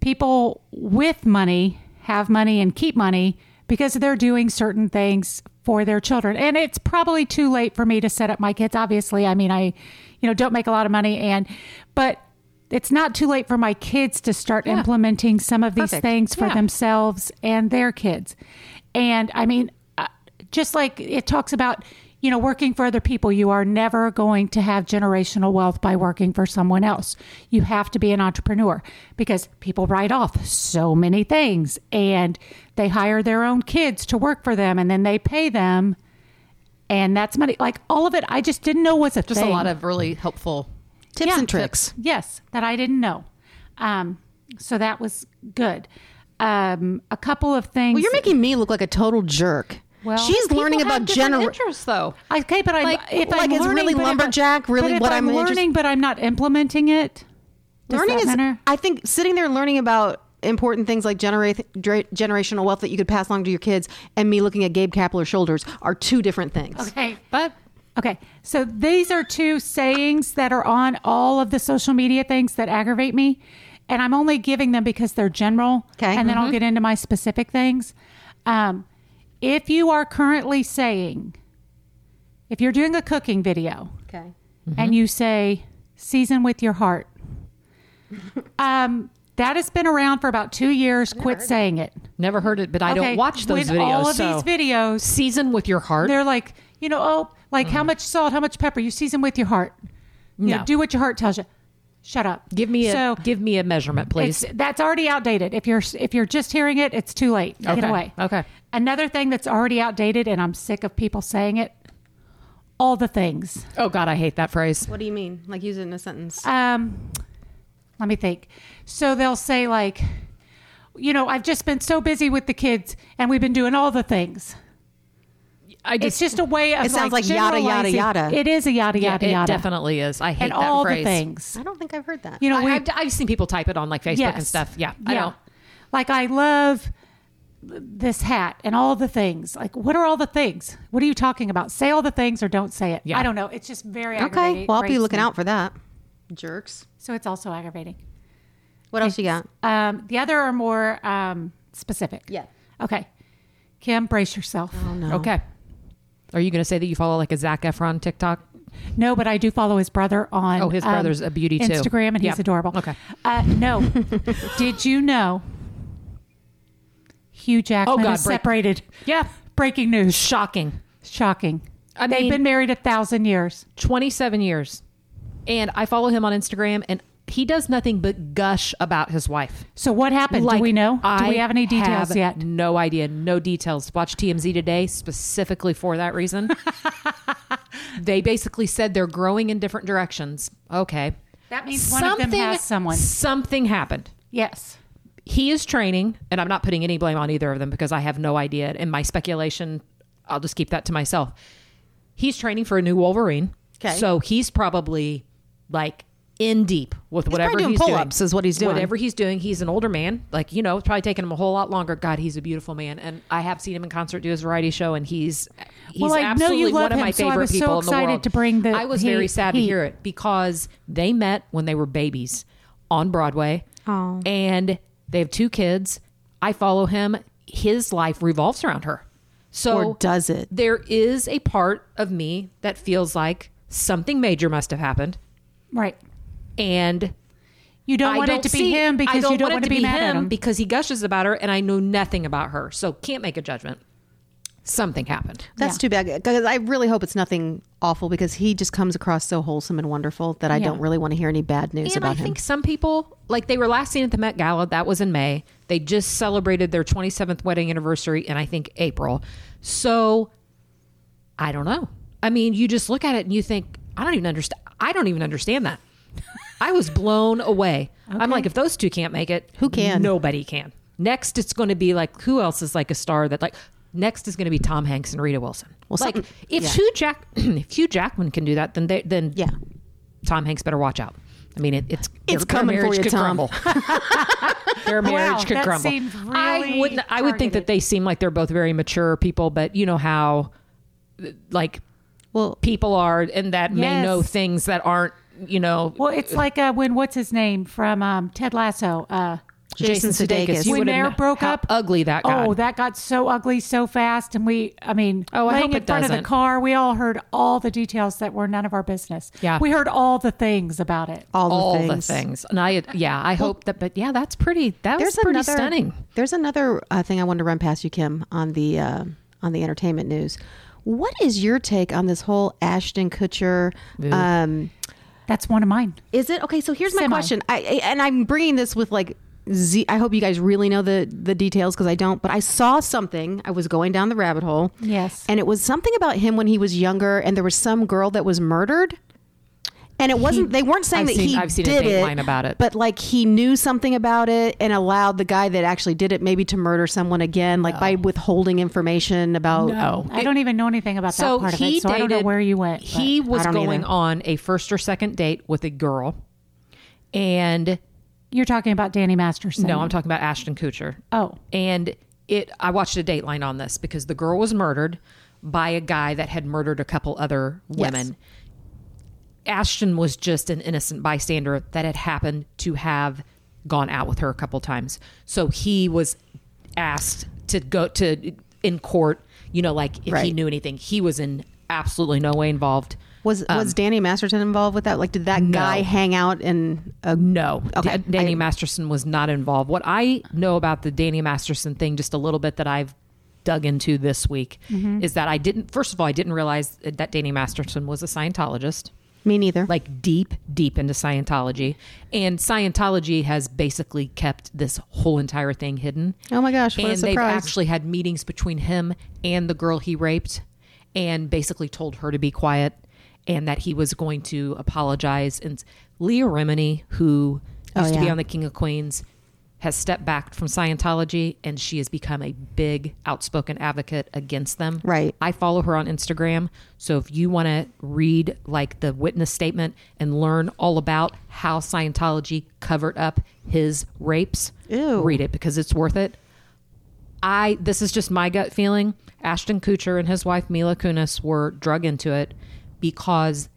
Speaker 3: people with money have money and keep money because they're doing certain things for their children. And it's probably too late for me to set up my kids. Obviously, I mean, I, you know, don't make a lot of money and, but it's not too late for my kids to start implementing some of these
Speaker 2: Perfect.
Speaker 3: things for
Speaker 4: Yeah.
Speaker 3: themselves and their kids. And I mean, uh, just like it talks about, you know, working for other people, you are never going to have generational wealth by working for someone else. You have to be an entrepreneur because people write off so many things and they hire their own kids to work for them and then they pay them. And that's money. Like all of it, I just didn't know was a
Speaker 4: Just
Speaker 3: thing.
Speaker 4: a lot of really helpful
Speaker 2: Tips
Speaker 3: Yeah.
Speaker 2: and tricks.
Speaker 3: Yes, that I didn't know. Um, so that was good. Um, a couple of things.
Speaker 2: Well, you're making me look like a total jerk.
Speaker 3: Well-
Speaker 2: She's
Speaker 3: People
Speaker 2: learning about gener-
Speaker 4: interests, though.
Speaker 3: okay, but I'm
Speaker 2: like-
Speaker 3: if
Speaker 2: like
Speaker 3: I'm
Speaker 2: it's
Speaker 3: learning,
Speaker 2: really
Speaker 3: but if I-
Speaker 2: lumberjack, really
Speaker 3: but if
Speaker 2: what
Speaker 3: I'm,
Speaker 2: I'm interest-
Speaker 3: learning, but I'm not implementing it. Does
Speaker 2: learning
Speaker 3: that
Speaker 2: is
Speaker 3: matter?
Speaker 2: i think sitting there learning about important things like genera- dra- generational wealth that you could pass along to your kids and me looking at gabe kapler's shoulders are two different things
Speaker 3: okay.
Speaker 4: But
Speaker 3: Okay, so these are two sayings that are on all of the social media things that aggravate me, and I'm only giving them because they're general.
Speaker 2: Okay.
Speaker 3: and then I'll get into my specific things. Um, if you are currently saying, if you're doing a cooking video,
Speaker 2: okay
Speaker 3: and you say season with your heart. um, that has been around for about two years. Quit saying it.
Speaker 4: never heard it. But I
Speaker 3: Okay,
Speaker 4: don't watch those
Speaker 3: when
Speaker 4: videos.
Speaker 3: All of
Speaker 4: so.
Speaker 3: these videos,
Speaker 4: season with your heart.
Speaker 3: they're like, you know, oh, like
Speaker 4: Mm-hmm.
Speaker 3: how much salt, how much pepper? You season with your heart. You know,
Speaker 4: No.
Speaker 3: do what your heart tells you. Shut up.
Speaker 4: Give me a
Speaker 3: so
Speaker 4: give me a measurement, please.
Speaker 3: it's, that's already outdated. If you're if you're just hearing it, it's too late. Get
Speaker 4: Okay,
Speaker 3: away.
Speaker 4: okay.
Speaker 3: Another thing that's already outdated, and I'm sick of people saying it. All the things.
Speaker 4: Oh God, I hate that phrase.
Speaker 2: what do you mean like use it in a sentence
Speaker 3: um let me think so they'll say like you know i've just been so busy with the kids and we've been doing all the things
Speaker 4: I
Speaker 3: it's just a way of
Speaker 2: It sounds like yada, yada,
Speaker 3: generalizing.
Speaker 2: yada.
Speaker 3: it is a yada
Speaker 4: Yeah,
Speaker 3: yada
Speaker 4: it
Speaker 3: yada
Speaker 4: definitely is. I hate
Speaker 3: and
Speaker 4: that
Speaker 3: all
Speaker 4: phrase.
Speaker 3: the things
Speaker 2: i don't think i've heard that
Speaker 3: you know
Speaker 4: I,
Speaker 3: we-
Speaker 4: have I've seen people type it on like Facebook and
Speaker 3: Yes.
Speaker 4: stuff. Yeah, I don't.
Speaker 3: Like I love this hat and all the things. Like what are all the things? What are you talking about? Say all the things or don't say it.
Speaker 4: Yeah.
Speaker 3: I don't know. It's just very
Speaker 2: okay
Speaker 3: aggravating.
Speaker 2: well i'll be
Speaker 3: Grates
Speaker 2: looking
Speaker 3: me.
Speaker 2: out for that jerks
Speaker 3: So it's also aggravating.
Speaker 2: what else you got
Speaker 3: Um, the other are more um, specific.
Speaker 2: Yeah.
Speaker 3: Okay. Kim, brace yourself.
Speaker 2: no
Speaker 4: Okay. Are you going to say that you follow like a Zach Efron TikTok?
Speaker 3: No, but I do follow his brother on. um,
Speaker 4: Oh, his brother's a beauty, too.
Speaker 3: Instagram, and
Speaker 4: Yeah.
Speaker 3: he's adorable.
Speaker 4: Okay.
Speaker 3: Uh, no,
Speaker 4: *laughs*
Speaker 3: did you know Hugh Jackman
Speaker 4: Oh, God,
Speaker 3: is
Speaker 4: break-
Speaker 3: separated?
Speaker 4: Yeah.
Speaker 3: Breaking news.
Speaker 4: Shocking.
Speaker 3: Shocking.
Speaker 4: I
Speaker 3: They've
Speaker 4: mean-
Speaker 3: been married a thousand years.
Speaker 4: 27 years. And I follow him on Instagram and he does nothing but gush about his wife.
Speaker 3: So what happened? Do we know? Do we have any details
Speaker 4: have
Speaker 3: yet?
Speaker 4: No idea. No details. Watch TMZ today specifically for
Speaker 3: *laughs*
Speaker 4: that reason. they basically said they're growing in different directions. Okay.
Speaker 3: That means one of them has someone.
Speaker 4: Something happened.
Speaker 3: Yes.
Speaker 4: He is training, and I'm not putting any blame on either of them because I have no idea. And my speculation, I'll just keep that to myself. He's training for a new Wolverine.
Speaker 2: Okay.
Speaker 4: So he's probably like in deep with whatever
Speaker 2: probably doing
Speaker 4: he's
Speaker 2: pull-ups is what he's doing.
Speaker 4: Whatever he's doing, he's an older man. Like, you know, it's probably taking him a whole lot longer. God, he's a beautiful man. And I have seen him in concert do his variety show, and he's he's
Speaker 3: Well, I know you
Speaker 4: absolutely
Speaker 3: love
Speaker 4: one of
Speaker 3: him,
Speaker 4: my
Speaker 3: so I
Speaker 4: favorite
Speaker 3: was so
Speaker 4: people in the
Speaker 3: excited
Speaker 4: world.
Speaker 3: to bring the
Speaker 4: I was
Speaker 3: heat-
Speaker 4: very sad to
Speaker 3: heat.
Speaker 4: hear it because they met when they were babies on Broadway.
Speaker 2: Oh.
Speaker 4: And they have two kids. I follow him. His life revolves around her. So
Speaker 2: Or does it?
Speaker 4: There is a part of me that feels like something major must have happened
Speaker 3: Right.
Speaker 4: and
Speaker 3: You don't
Speaker 4: I
Speaker 3: want it to be
Speaker 4: see-
Speaker 3: him because
Speaker 4: I
Speaker 3: you don't
Speaker 4: want, it to be,
Speaker 3: mad at
Speaker 4: him,
Speaker 3: him.
Speaker 4: because he gushes about her and I know nothing about her. So can't make a judgment. Something happened.
Speaker 2: That's too bad. 'cause I really hope it's nothing awful because he just comes across so wholesome and wonderful that I
Speaker 3: Yeah.
Speaker 2: don't really want to hear any bad news
Speaker 4: And
Speaker 2: about
Speaker 4: I
Speaker 2: him.
Speaker 4: think some people, like they were last seen at the Met Gala, that was in May. They just celebrated their 27th wedding anniversary in, I think, April. So I don't know. I mean, you just look at it and you think, I don't even understand. I don't even understand that. I was blown away. I'm like, if those two can't make it,
Speaker 2: Who can?
Speaker 4: Nobody can. Next, it's going to be like, who else is like a star that like? Next is going to be Tom Hanks and Rita Wilson. Well, like
Speaker 2: something-
Speaker 4: if
Speaker 2: yeah.
Speaker 4: Hugh Jack, *clears throat* if Hugh Jackman can do that, then they, then
Speaker 2: Yeah.
Speaker 4: Tom Hanks better watch out. I mean, it, it's
Speaker 2: It's coming for
Speaker 4: marriage
Speaker 2: you,
Speaker 4: could
Speaker 2: Tom.
Speaker 4: *laughs* crumble. their marriage could
Speaker 3: that
Speaker 4: crumble.
Speaker 3: seemed
Speaker 4: I
Speaker 3: really
Speaker 4: would I would think that
Speaker 3: targeted.
Speaker 4: they seem like they're both very mature people, but you know how like
Speaker 2: well,
Speaker 4: people are, and that may
Speaker 3: Yes.
Speaker 4: know things that aren't. You know,
Speaker 3: Well, it's like uh, when what's his name from um, Ted Lasso. Uh,
Speaker 2: Jason Sudeikis.
Speaker 4: you
Speaker 3: when
Speaker 4: would've
Speaker 3: they
Speaker 4: kn-
Speaker 3: broke
Speaker 4: how
Speaker 3: up,
Speaker 4: Ugly that guy.
Speaker 3: Oh, that got so ugly so fast, and we, I mean,
Speaker 4: Oh, I
Speaker 3: laying
Speaker 4: hope
Speaker 3: in
Speaker 4: it
Speaker 3: front of
Speaker 4: doesn't.
Speaker 3: the car, we all heard all the details that were none of our business.
Speaker 4: Yeah.
Speaker 3: we heard all the things about it.
Speaker 2: all the
Speaker 4: all
Speaker 2: things.
Speaker 4: the things. And I, yeah, I hope that. But yeah, that's pretty. That was
Speaker 2: There's
Speaker 4: pretty
Speaker 2: another
Speaker 4: stunning.
Speaker 2: There's another uh, thing I wanted to run past you, Kim, on the uh, on the entertainment news. What is your take on this whole Ashton Kutcher? Um,
Speaker 3: That's one of mine.
Speaker 2: Is it okay? So here's my
Speaker 3: Semi.
Speaker 2: question, I, I, and I'm bringing this with like, Z, I hope you guys really know the the details because I don't. But I saw something. I was going down the rabbit hole.
Speaker 3: Yes.
Speaker 2: and it was something about him when he was younger, and there was some girl that was murdered. And it wasn't. they weren't saying
Speaker 4: I've
Speaker 2: that
Speaker 4: seen-
Speaker 2: he
Speaker 4: I've seen a
Speaker 2: did it,
Speaker 4: Dateline about it.
Speaker 2: but like he knew something about it and allowed the guy that actually did it maybe to murder someone again, like by withholding information about.
Speaker 4: Oh. No,
Speaker 3: I don't even know anything about
Speaker 4: so
Speaker 3: that part
Speaker 4: he
Speaker 3: of it, so I don't know
Speaker 4: dated-
Speaker 3: where you went.
Speaker 4: He
Speaker 2: but
Speaker 4: was
Speaker 2: I don't
Speaker 4: going
Speaker 2: either.
Speaker 4: on a first or second date with a girl, and
Speaker 3: but you're talking about Danny Masterson.
Speaker 4: no, I'm talking about Ashton Kutcher.
Speaker 3: Oh.
Speaker 4: and it. I watched a Dateline on this because the girl was murdered by a guy that had murdered a couple other women. Ashton was just an innocent bystander that had happened to have gone out with her a couple times. So he was asked to go to in court, you know, like if he
Speaker 2: Right.
Speaker 4: knew anything. He was in absolutely no way involved.
Speaker 2: Was
Speaker 4: Um,
Speaker 2: was Danny Masterton involved with that? Like, did that guy hang out in a
Speaker 4: No,
Speaker 2: Okay.
Speaker 4: Da- Danny
Speaker 2: I-
Speaker 4: Masterson was not involved. What I know about the Danny Masterson thing, just a little bit that I've dug into this week,
Speaker 2: Mm-hmm.
Speaker 4: is that I didn't. First of all, I didn't realize that Danny Masterson was a Scientologist.
Speaker 2: Me neither.
Speaker 4: like deep, deep into Scientology. And Scientology has basically kept this whole entire thing hidden.
Speaker 2: Oh my gosh, what a
Speaker 4: and they've
Speaker 2: surprise.
Speaker 4: actually had meetings between him and the girl he raped and basically told her to be quiet and that he was going to apologize. And Leah Remini, who used to be
Speaker 2: Oh, yeah.
Speaker 4: on the King of Queens, has stepped back from Scientology and she has become a big outspoken advocate against them.
Speaker 2: Right.
Speaker 4: I follow her on Instagram. So if you want to read like the witness statement and learn all about how Scientology covered up his rapes,
Speaker 2: Ew.
Speaker 4: read it because it's worth it. I this is just my gut feeling. Ashton Kutcher and his wife Mila Kunis were drug into it because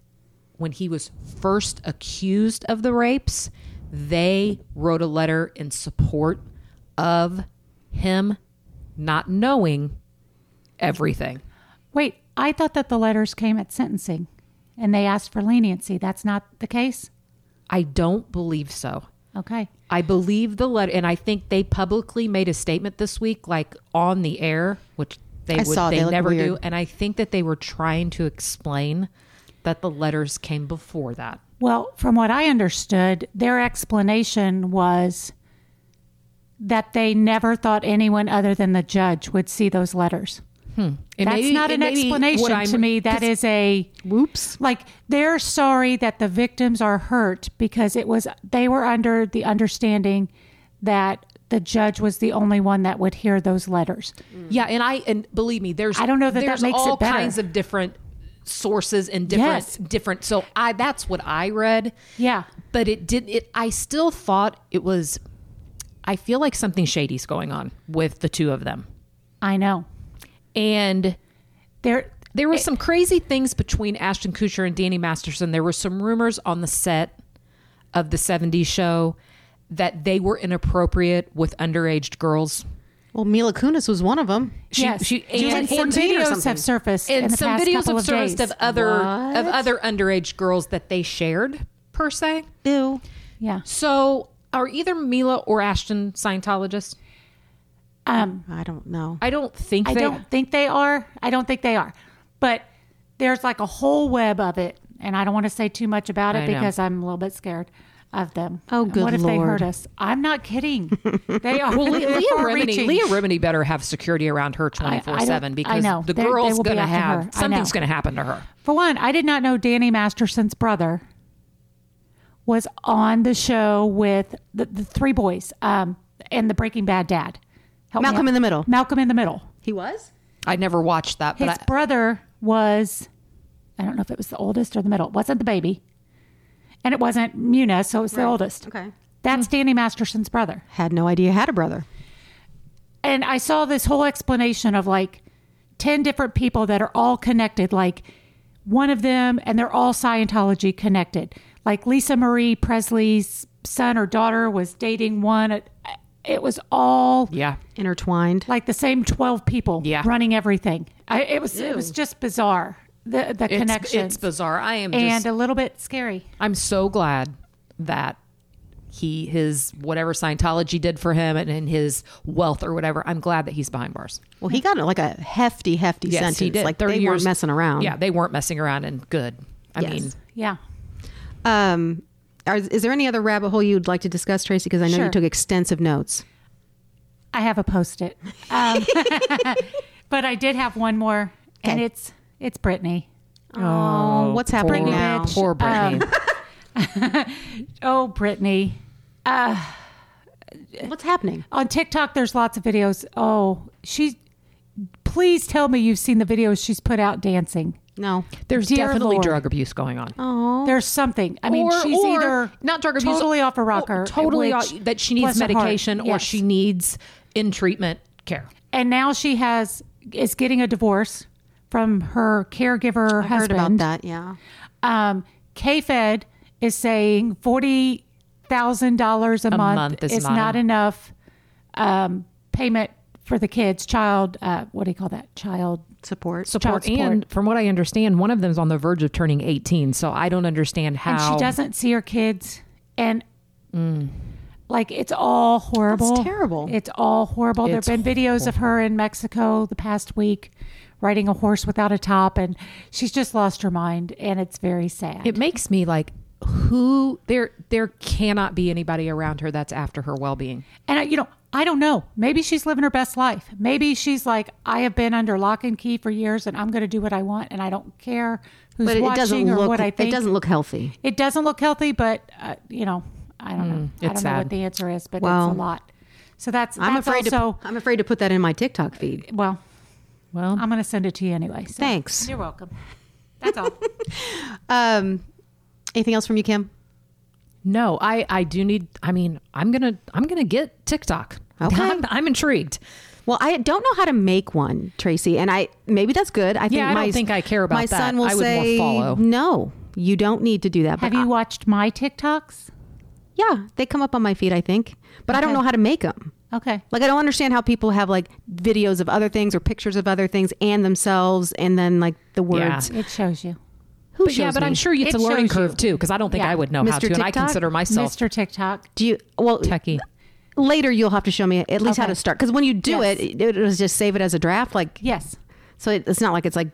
Speaker 4: when he was first accused of the rapes, they wrote a letter in support of him not knowing everything.
Speaker 3: Wait, I thought that the letters came at sentencing, and they asked for leniency. That's not the case.
Speaker 4: I don't believe so.
Speaker 3: Okay.
Speaker 4: I believe the letter, and I think they publicly made a statement this week, like on the air, which they
Speaker 2: I
Speaker 4: would
Speaker 2: saw it.
Speaker 4: they,
Speaker 2: They looked
Speaker 4: never do.
Speaker 2: weird.
Speaker 4: And I think that they were trying to explain that the letters came before that.
Speaker 3: Well, from what I understood, their explanation was that they never thought anyone other than the judge would see those letters.
Speaker 4: And
Speaker 3: That's
Speaker 4: maybe-
Speaker 3: not
Speaker 4: and
Speaker 3: an
Speaker 4: maybe what
Speaker 3: explanation
Speaker 4: I'm-
Speaker 3: to me. That
Speaker 4: 'cause
Speaker 3: is a
Speaker 2: Whoops.
Speaker 3: like they're sorry that the victims are hurt because it was they were under the understanding that the judge was the only one that would hear those letters.
Speaker 4: Yeah, and I and believe me, there's
Speaker 3: I don't know that that
Speaker 4: there's
Speaker 3: makes it
Speaker 4: all
Speaker 3: better.
Speaker 4: kinds of different sources and different
Speaker 3: Yes.
Speaker 4: different. So I that's what I read.
Speaker 3: Yeah.
Speaker 4: but it did it. I still thought it was. I feel like something shady's going on with the two of them,
Speaker 3: I know.
Speaker 4: and
Speaker 3: There
Speaker 4: There were some crazy things between Ashton Kutcher and Danny Masterson. There were some rumors on the set of the 70s show that they were inappropriate with underage girls.
Speaker 2: Well, Mila Kunis was one of them.
Speaker 4: She,
Speaker 3: yes,
Speaker 4: she,
Speaker 3: and,
Speaker 4: and,
Speaker 3: some
Speaker 2: 14 or
Speaker 3: videos
Speaker 2: something.
Speaker 3: have surfurfed
Speaker 4: and
Speaker 3: in the
Speaker 4: some
Speaker 3: past
Speaker 4: videos
Speaker 3: couple
Speaker 4: have
Speaker 3: of
Speaker 4: surfaced
Speaker 3: days.
Speaker 4: of other of other underage girls that they shared per se.
Speaker 2: Ew.
Speaker 3: Yeah.
Speaker 4: So are either Mila or Ashton Scientologists?
Speaker 3: Um,
Speaker 2: I don't know.
Speaker 4: I don't think
Speaker 3: I
Speaker 4: they
Speaker 3: don't think they are. I don't think they are. But there's like a whole web of it, and I don't want to say too much about it
Speaker 4: I know.
Speaker 3: because I'm a little bit scared of them.
Speaker 2: Oh,
Speaker 3: And
Speaker 2: good
Speaker 3: What if they
Speaker 2: Lord.
Speaker 3: heard us? I'm not kidding. They are.
Speaker 4: Well, Le-
Speaker 3: they're *laughs*
Speaker 4: Leah Remini,
Speaker 3: far-reaching.
Speaker 4: Leah Remini better have security around her
Speaker 3: I- I
Speaker 4: twenty
Speaker 3: don't-
Speaker 4: four seven because
Speaker 3: I know.
Speaker 4: the
Speaker 3: They- they
Speaker 4: girl's
Speaker 3: will be
Speaker 4: going to
Speaker 3: after her.
Speaker 4: have
Speaker 3: I
Speaker 4: something's
Speaker 3: know.
Speaker 4: going to happen to her.
Speaker 3: For one, I did not know Danny Masterson's brother was on the show with the, the three boys um, and the Breaking Bad dad. Help me
Speaker 2: Malcolm
Speaker 3: out.
Speaker 2: in the Middle.
Speaker 3: Malcolm in the Middle.
Speaker 2: He was?
Speaker 4: I never watched that,
Speaker 3: His
Speaker 4: but I,
Speaker 3: brother was, I don't know if it was the oldest or the middle. It wasn't the baby. And it wasn't Muna, so it was the oldest.
Speaker 2: Okay.
Speaker 4: Hmm.
Speaker 3: That's Danny Masterson's brother.
Speaker 2: Had no idea had a brother.
Speaker 3: and I saw this whole explanation of like 10 different people that are all connected, like one of them, and they're all Scientology connected. Like Lisa Marie Presley's son or daughter was dating one. It, it was all
Speaker 4: yeah,
Speaker 2: Intertwined.
Speaker 3: like the same 12 people
Speaker 4: Yeah.
Speaker 3: running everything. I, it was it was just bizarre, the, the
Speaker 4: it's,
Speaker 3: connection.
Speaker 4: it's bizarre. I am
Speaker 3: and
Speaker 4: just,
Speaker 3: a little bit scary.
Speaker 4: I'm so glad that he his whatever Scientology did for him and, and his wealth or whatever. I'm glad that he's behind bars.
Speaker 2: Well, he got like a hefty, hefty
Speaker 4: Yes,
Speaker 2: sentence.
Speaker 4: he did.
Speaker 2: Like
Speaker 4: 30
Speaker 2: they
Speaker 4: years,
Speaker 2: weren't messing around.
Speaker 4: Yeah, they weren't messing around, and good. I
Speaker 2: Yes.
Speaker 4: mean,
Speaker 3: Yeah.
Speaker 2: Um, are, is there any other rabbit hole you'd like to discuss, Tracy? Because I know you
Speaker 3: Sure.
Speaker 2: took extensive notes.
Speaker 3: I have a post it. Um, *laughs* but I did have one more, and
Speaker 2: Okay.
Speaker 3: it's it's Brittany.
Speaker 2: Oh, what's happening
Speaker 4: poor,
Speaker 2: now?
Speaker 4: Poor
Speaker 3: Um, *laughs*
Speaker 4: Brittany.
Speaker 3: Oh, Brittany.
Speaker 2: What's happening?
Speaker 3: On TikTok, there's lots of videos. Oh, she's. Please tell me you've seen the videos she's put out dancing.
Speaker 2: No.
Speaker 4: There's
Speaker 3: Dear
Speaker 4: definitely
Speaker 3: Lord. Oh,
Speaker 4: drug abuse going on.
Speaker 3: There's something. I mean,
Speaker 4: Oh. Or-
Speaker 3: she's
Speaker 4: or
Speaker 3: either
Speaker 4: not drug abuse,
Speaker 3: totally off a rocker,
Speaker 4: or totally
Speaker 3: which-
Speaker 4: off- that she needs
Speaker 3: bless her heart,
Speaker 4: medication or
Speaker 3: yes.
Speaker 4: she needs in treatment care.
Speaker 3: and now she has is getting a divorce from her caregiver her
Speaker 2: I heard
Speaker 3: husband.
Speaker 2: about that. Yeah.
Speaker 3: Um, KFed is saying forty thousand dollars a month,
Speaker 4: month is
Speaker 3: not,
Speaker 4: not
Speaker 3: enough um, payment for the kids. Child, uh, what do you call that? Child
Speaker 2: Support.
Speaker 4: Support,
Speaker 3: support.
Speaker 4: and from what I understand, one of them's on the verge of turning 18. So I don't understand how
Speaker 3: and she doesn't see her kids and like it's all horrible
Speaker 2: Mm. That's terrible.
Speaker 3: it's all horrible
Speaker 4: It's
Speaker 3: there have been videos of her in mexico the past week riding a horse without a top and she's just lost her mind and it's very sad
Speaker 4: It makes me like, who there? There cannot be anybody around her that's after her well being.
Speaker 3: and I, you know i don't know maybe she's living her best life maybe she's like i have been under lock and key for years and i'm going to do what i want and i don't care who's
Speaker 2: But it, it
Speaker 3: watching
Speaker 2: doesn't
Speaker 3: or
Speaker 2: look.
Speaker 3: what i think
Speaker 2: It doesn't look healthy.
Speaker 3: It doesn't look healthy, but uh, you know, I don't know. I don't
Speaker 4: it's
Speaker 3: know
Speaker 4: sad.
Speaker 3: what the answer is, but
Speaker 2: Mm, Well,
Speaker 3: it's a lot. So that's
Speaker 2: I'm
Speaker 3: that's
Speaker 2: afraid
Speaker 3: also
Speaker 2: to. I'm afraid to put that in my TikTok feed.
Speaker 3: well.
Speaker 4: Well,
Speaker 3: I'm going to send it to you anyway. So
Speaker 2: Thanks.
Speaker 3: You're welcome.
Speaker 2: *laughs*
Speaker 3: That's all.
Speaker 2: Um, anything else from you, Kim?
Speaker 4: no, I I do need. I mean, I'm gonna I'm gonna get TikTok. *laughs*
Speaker 2: Okay.
Speaker 4: I'm, I'm intrigued.
Speaker 2: Well, I don't know how to make one, Tracy, and I maybe that's good. I think
Speaker 4: I don't
Speaker 2: my,
Speaker 4: think I care about
Speaker 2: my
Speaker 4: that.
Speaker 2: son will
Speaker 4: I would more
Speaker 2: say,
Speaker 4: follow.
Speaker 2: No, you don't need to do that. but
Speaker 3: Have you
Speaker 2: I-
Speaker 3: watched my TikToks?
Speaker 2: yeah, they come up on my feed, I think, but I don't
Speaker 3: Okay.
Speaker 2: know how to make them.
Speaker 3: Okay.
Speaker 2: Like I don't understand how people have like videos of other things or pictures of other things and themselves, and then like the
Speaker 4: Yeah.
Speaker 2: words.
Speaker 3: It shows you.
Speaker 2: Who
Speaker 4: But yeah,
Speaker 2: shows
Speaker 4: but
Speaker 2: me?
Speaker 4: I'm sure
Speaker 3: It
Speaker 4: it's a learning
Speaker 3: shows you.
Speaker 4: curve too, because I don't think
Speaker 3: Yeah.
Speaker 4: I would know how
Speaker 2: Mr.
Speaker 4: to, and I
Speaker 2: TikTok?
Speaker 4: consider myself
Speaker 3: Mr. TikTok.
Speaker 2: Do you well
Speaker 4: techie.
Speaker 2: later? You'll have to show me at least how
Speaker 3: Okay.
Speaker 2: to start because when you do
Speaker 3: Yes.
Speaker 2: it, it, it was just save it as a draft. Like
Speaker 3: Yes.
Speaker 2: so, it, it's not like it's like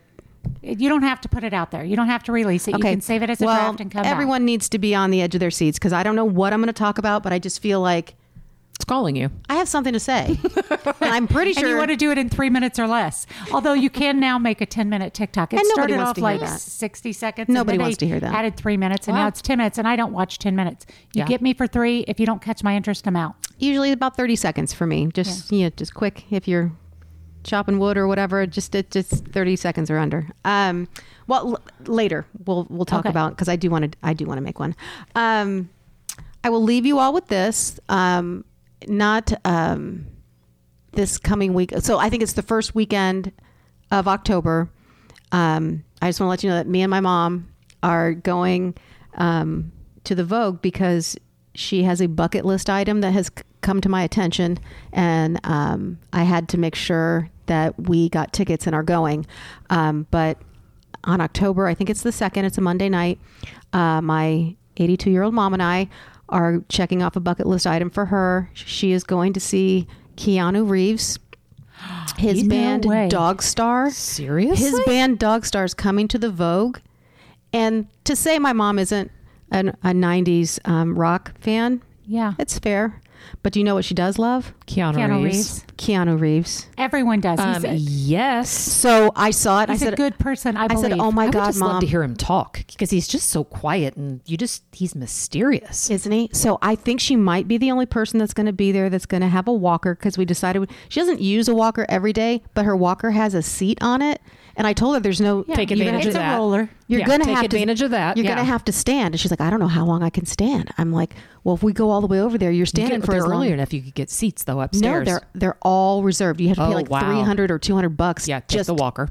Speaker 3: It- You don't have to put it out there. You don't have to release it.
Speaker 2: okay,
Speaker 3: You can save it as a
Speaker 2: well,
Speaker 3: draft and come
Speaker 2: Everyone needs to be on the edge of their seats because I don't know what I'm going to talk about, but I just feel like
Speaker 4: It's calling you.
Speaker 2: I have something to
Speaker 3: *laughs*
Speaker 2: say. and I'm pretty
Speaker 3: back.
Speaker 2: sure.
Speaker 3: And you want to do it in three minutes or less. Although you can now make a 10 minute TikTok. It
Speaker 2: And nobody
Speaker 3: started
Speaker 2: wants
Speaker 3: off
Speaker 2: to hear
Speaker 3: like
Speaker 2: that.
Speaker 3: 60 seconds.
Speaker 2: Nobody
Speaker 3: and then
Speaker 2: wants
Speaker 3: they
Speaker 2: to hear that.
Speaker 3: Added three minutes and
Speaker 4: Wow.
Speaker 3: now it's 10 minutes. And I don't watch 10 minutes. You
Speaker 4: Yeah.
Speaker 3: get me for three. If you don't catch my interest, I'm out.
Speaker 2: usually about 30 seconds for me. Just yeah, just quick if you're chopping wood or whatever. Just it, just 30 seconds or under. Um, well, l- later we'll we'll talk
Speaker 3: Okay.
Speaker 2: about because I do want to I do want to make one. Um, I will leave you all with this. Um, not um, this coming week. So I think it's the first weekend of October. Um, I just want to let you know that me and my mom are going um, to the Vogue because she has a bucket list item that has c- come to my attention, and um, I had to make sure that we got tickets and are going. Um, but on October, I think it's the second, it's a Monday night. Uh, my 82 year old mom and I are checking off a bucket list item for her. She is going to see Keanu Reeves. His
Speaker 3: No
Speaker 2: band
Speaker 3: way.
Speaker 2: Dog Star.
Speaker 4: Seriously?
Speaker 2: His band Dog Star is coming to the Vogue. And to say my mom isn't an, a 90s um, rock fan,
Speaker 3: Yeah.
Speaker 2: it's fair. But do you know what she does love?
Speaker 4: Keanu,
Speaker 3: Keanu
Speaker 4: Reeves.
Speaker 3: Reeves.
Speaker 2: Keanu Reeves.
Speaker 3: Everyone does.
Speaker 4: Um,
Speaker 3: He's, a,
Speaker 4: yes.
Speaker 2: So I saw it.
Speaker 3: he's
Speaker 2: I said,
Speaker 3: a good person. I
Speaker 2: I
Speaker 3: believe.
Speaker 2: said, oh my
Speaker 4: I would
Speaker 2: God,
Speaker 4: just
Speaker 2: mom.
Speaker 4: love to hear him talk because he's just so quiet and you just he's mysterious.
Speaker 2: isn't he? So I think she might be the only person that's going to be there that's going to have a walker because we decided she doesn't use a walker every day, but her walker has a seat on it. And I told her there's no
Speaker 4: Take
Speaker 2: you're gonna-
Speaker 4: advantage
Speaker 3: it's
Speaker 4: of
Speaker 3: a
Speaker 4: that.
Speaker 3: roller.
Speaker 2: You're
Speaker 4: Yeah,
Speaker 2: gonna
Speaker 4: take
Speaker 2: have
Speaker 4: advantage
Speaker 2: to,
Speaker 4: of that.
Speaker 2: You're
Speaker 4: Yeah.
Speaker 2: gonna have to stand. And she's like, I don't know how long I can stand. I'm like, well, if we go all the way over there, you're
Speaker 4: You
Speaker 2: standing
Speaker 4: get
Speaker 2: for
Speaker 4: there
Speaker 2: as long.
Speaker 4: early enough, you could get seats though
Speaker 2: no,
Speaker 4: upstairs.
Speaker 2: they're they're all reserved. You have to pay
Speaker 4: Oh,
Speaker 2: like
Speaker 4: wow.
Speaker 2: three hundred or two hundred bucks.
Speaker 4: yeah, take
Speaker 2: just
Speaker 4: the walker.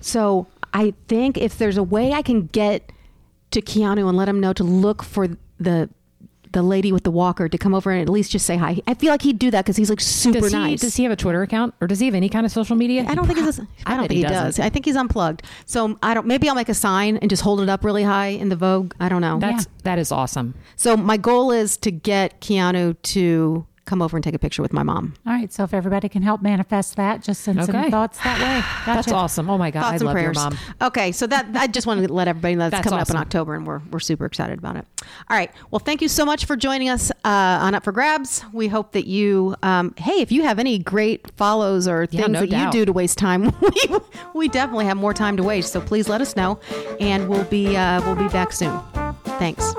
Speaker 2: So I think if there's a way I can get to Keanu and let him know to look for the the lady with the walker to come over and at least just say hi. I feel like he'd do that because he's like super
Speaker 4: Does he
Speaker 2: nice.
Speaker 4: does he have a Twitter account or does he have any kind of social media?
Speaker 2: I don't think he's. I don't
Speaker 4: bet
Speaker 2: think
Speaker 4: he
Speaker 2: he does.
Speaker 4: doesn't.
Speaker 2: I think he's unplugged. So I don't. Maybe I'll make a sign and just hold it up really high in the Vogue. I don't know.
Speaker 4: That's that is awesome.
Speaker 2: so my goal is to get Keanu to come over and take a picture with my mom.
Speaker 3: All right. So if everybody can help manifest that, just send
Speaker 4: Okay.
Speaker 3: some thoughts
Speaker 2: *sighs*
Speaker 3: that way. Gotcha.
Speaker 4: That's awesome. Oh my god,
Speaker 2: Thoughts
Speaker 4: I
Speaker 2: and
Speaker 4: love
Speaker 2: prayers.
Speaker 4: your mom.
Speaker 2: Okay, so that I just wanted to let everybody know that's,
Speaker 4: That's
Speaker 2: coming
Speaker 4: awesome.
Speaker 2: up in October, and we're we're super excited about it. All right, well, thank you so much for joining us uh, on Up for Grabs. We hope that you, um, hey, if you have any great follows or things
Speaker 4: no
Speaker 2: that
Speaker 4: doubt.
Speaker 2: you do to waste time, *laughs* we we definitely have more time to waste. So please let us know, and we'll be uh, we'll be back soon. Thanks.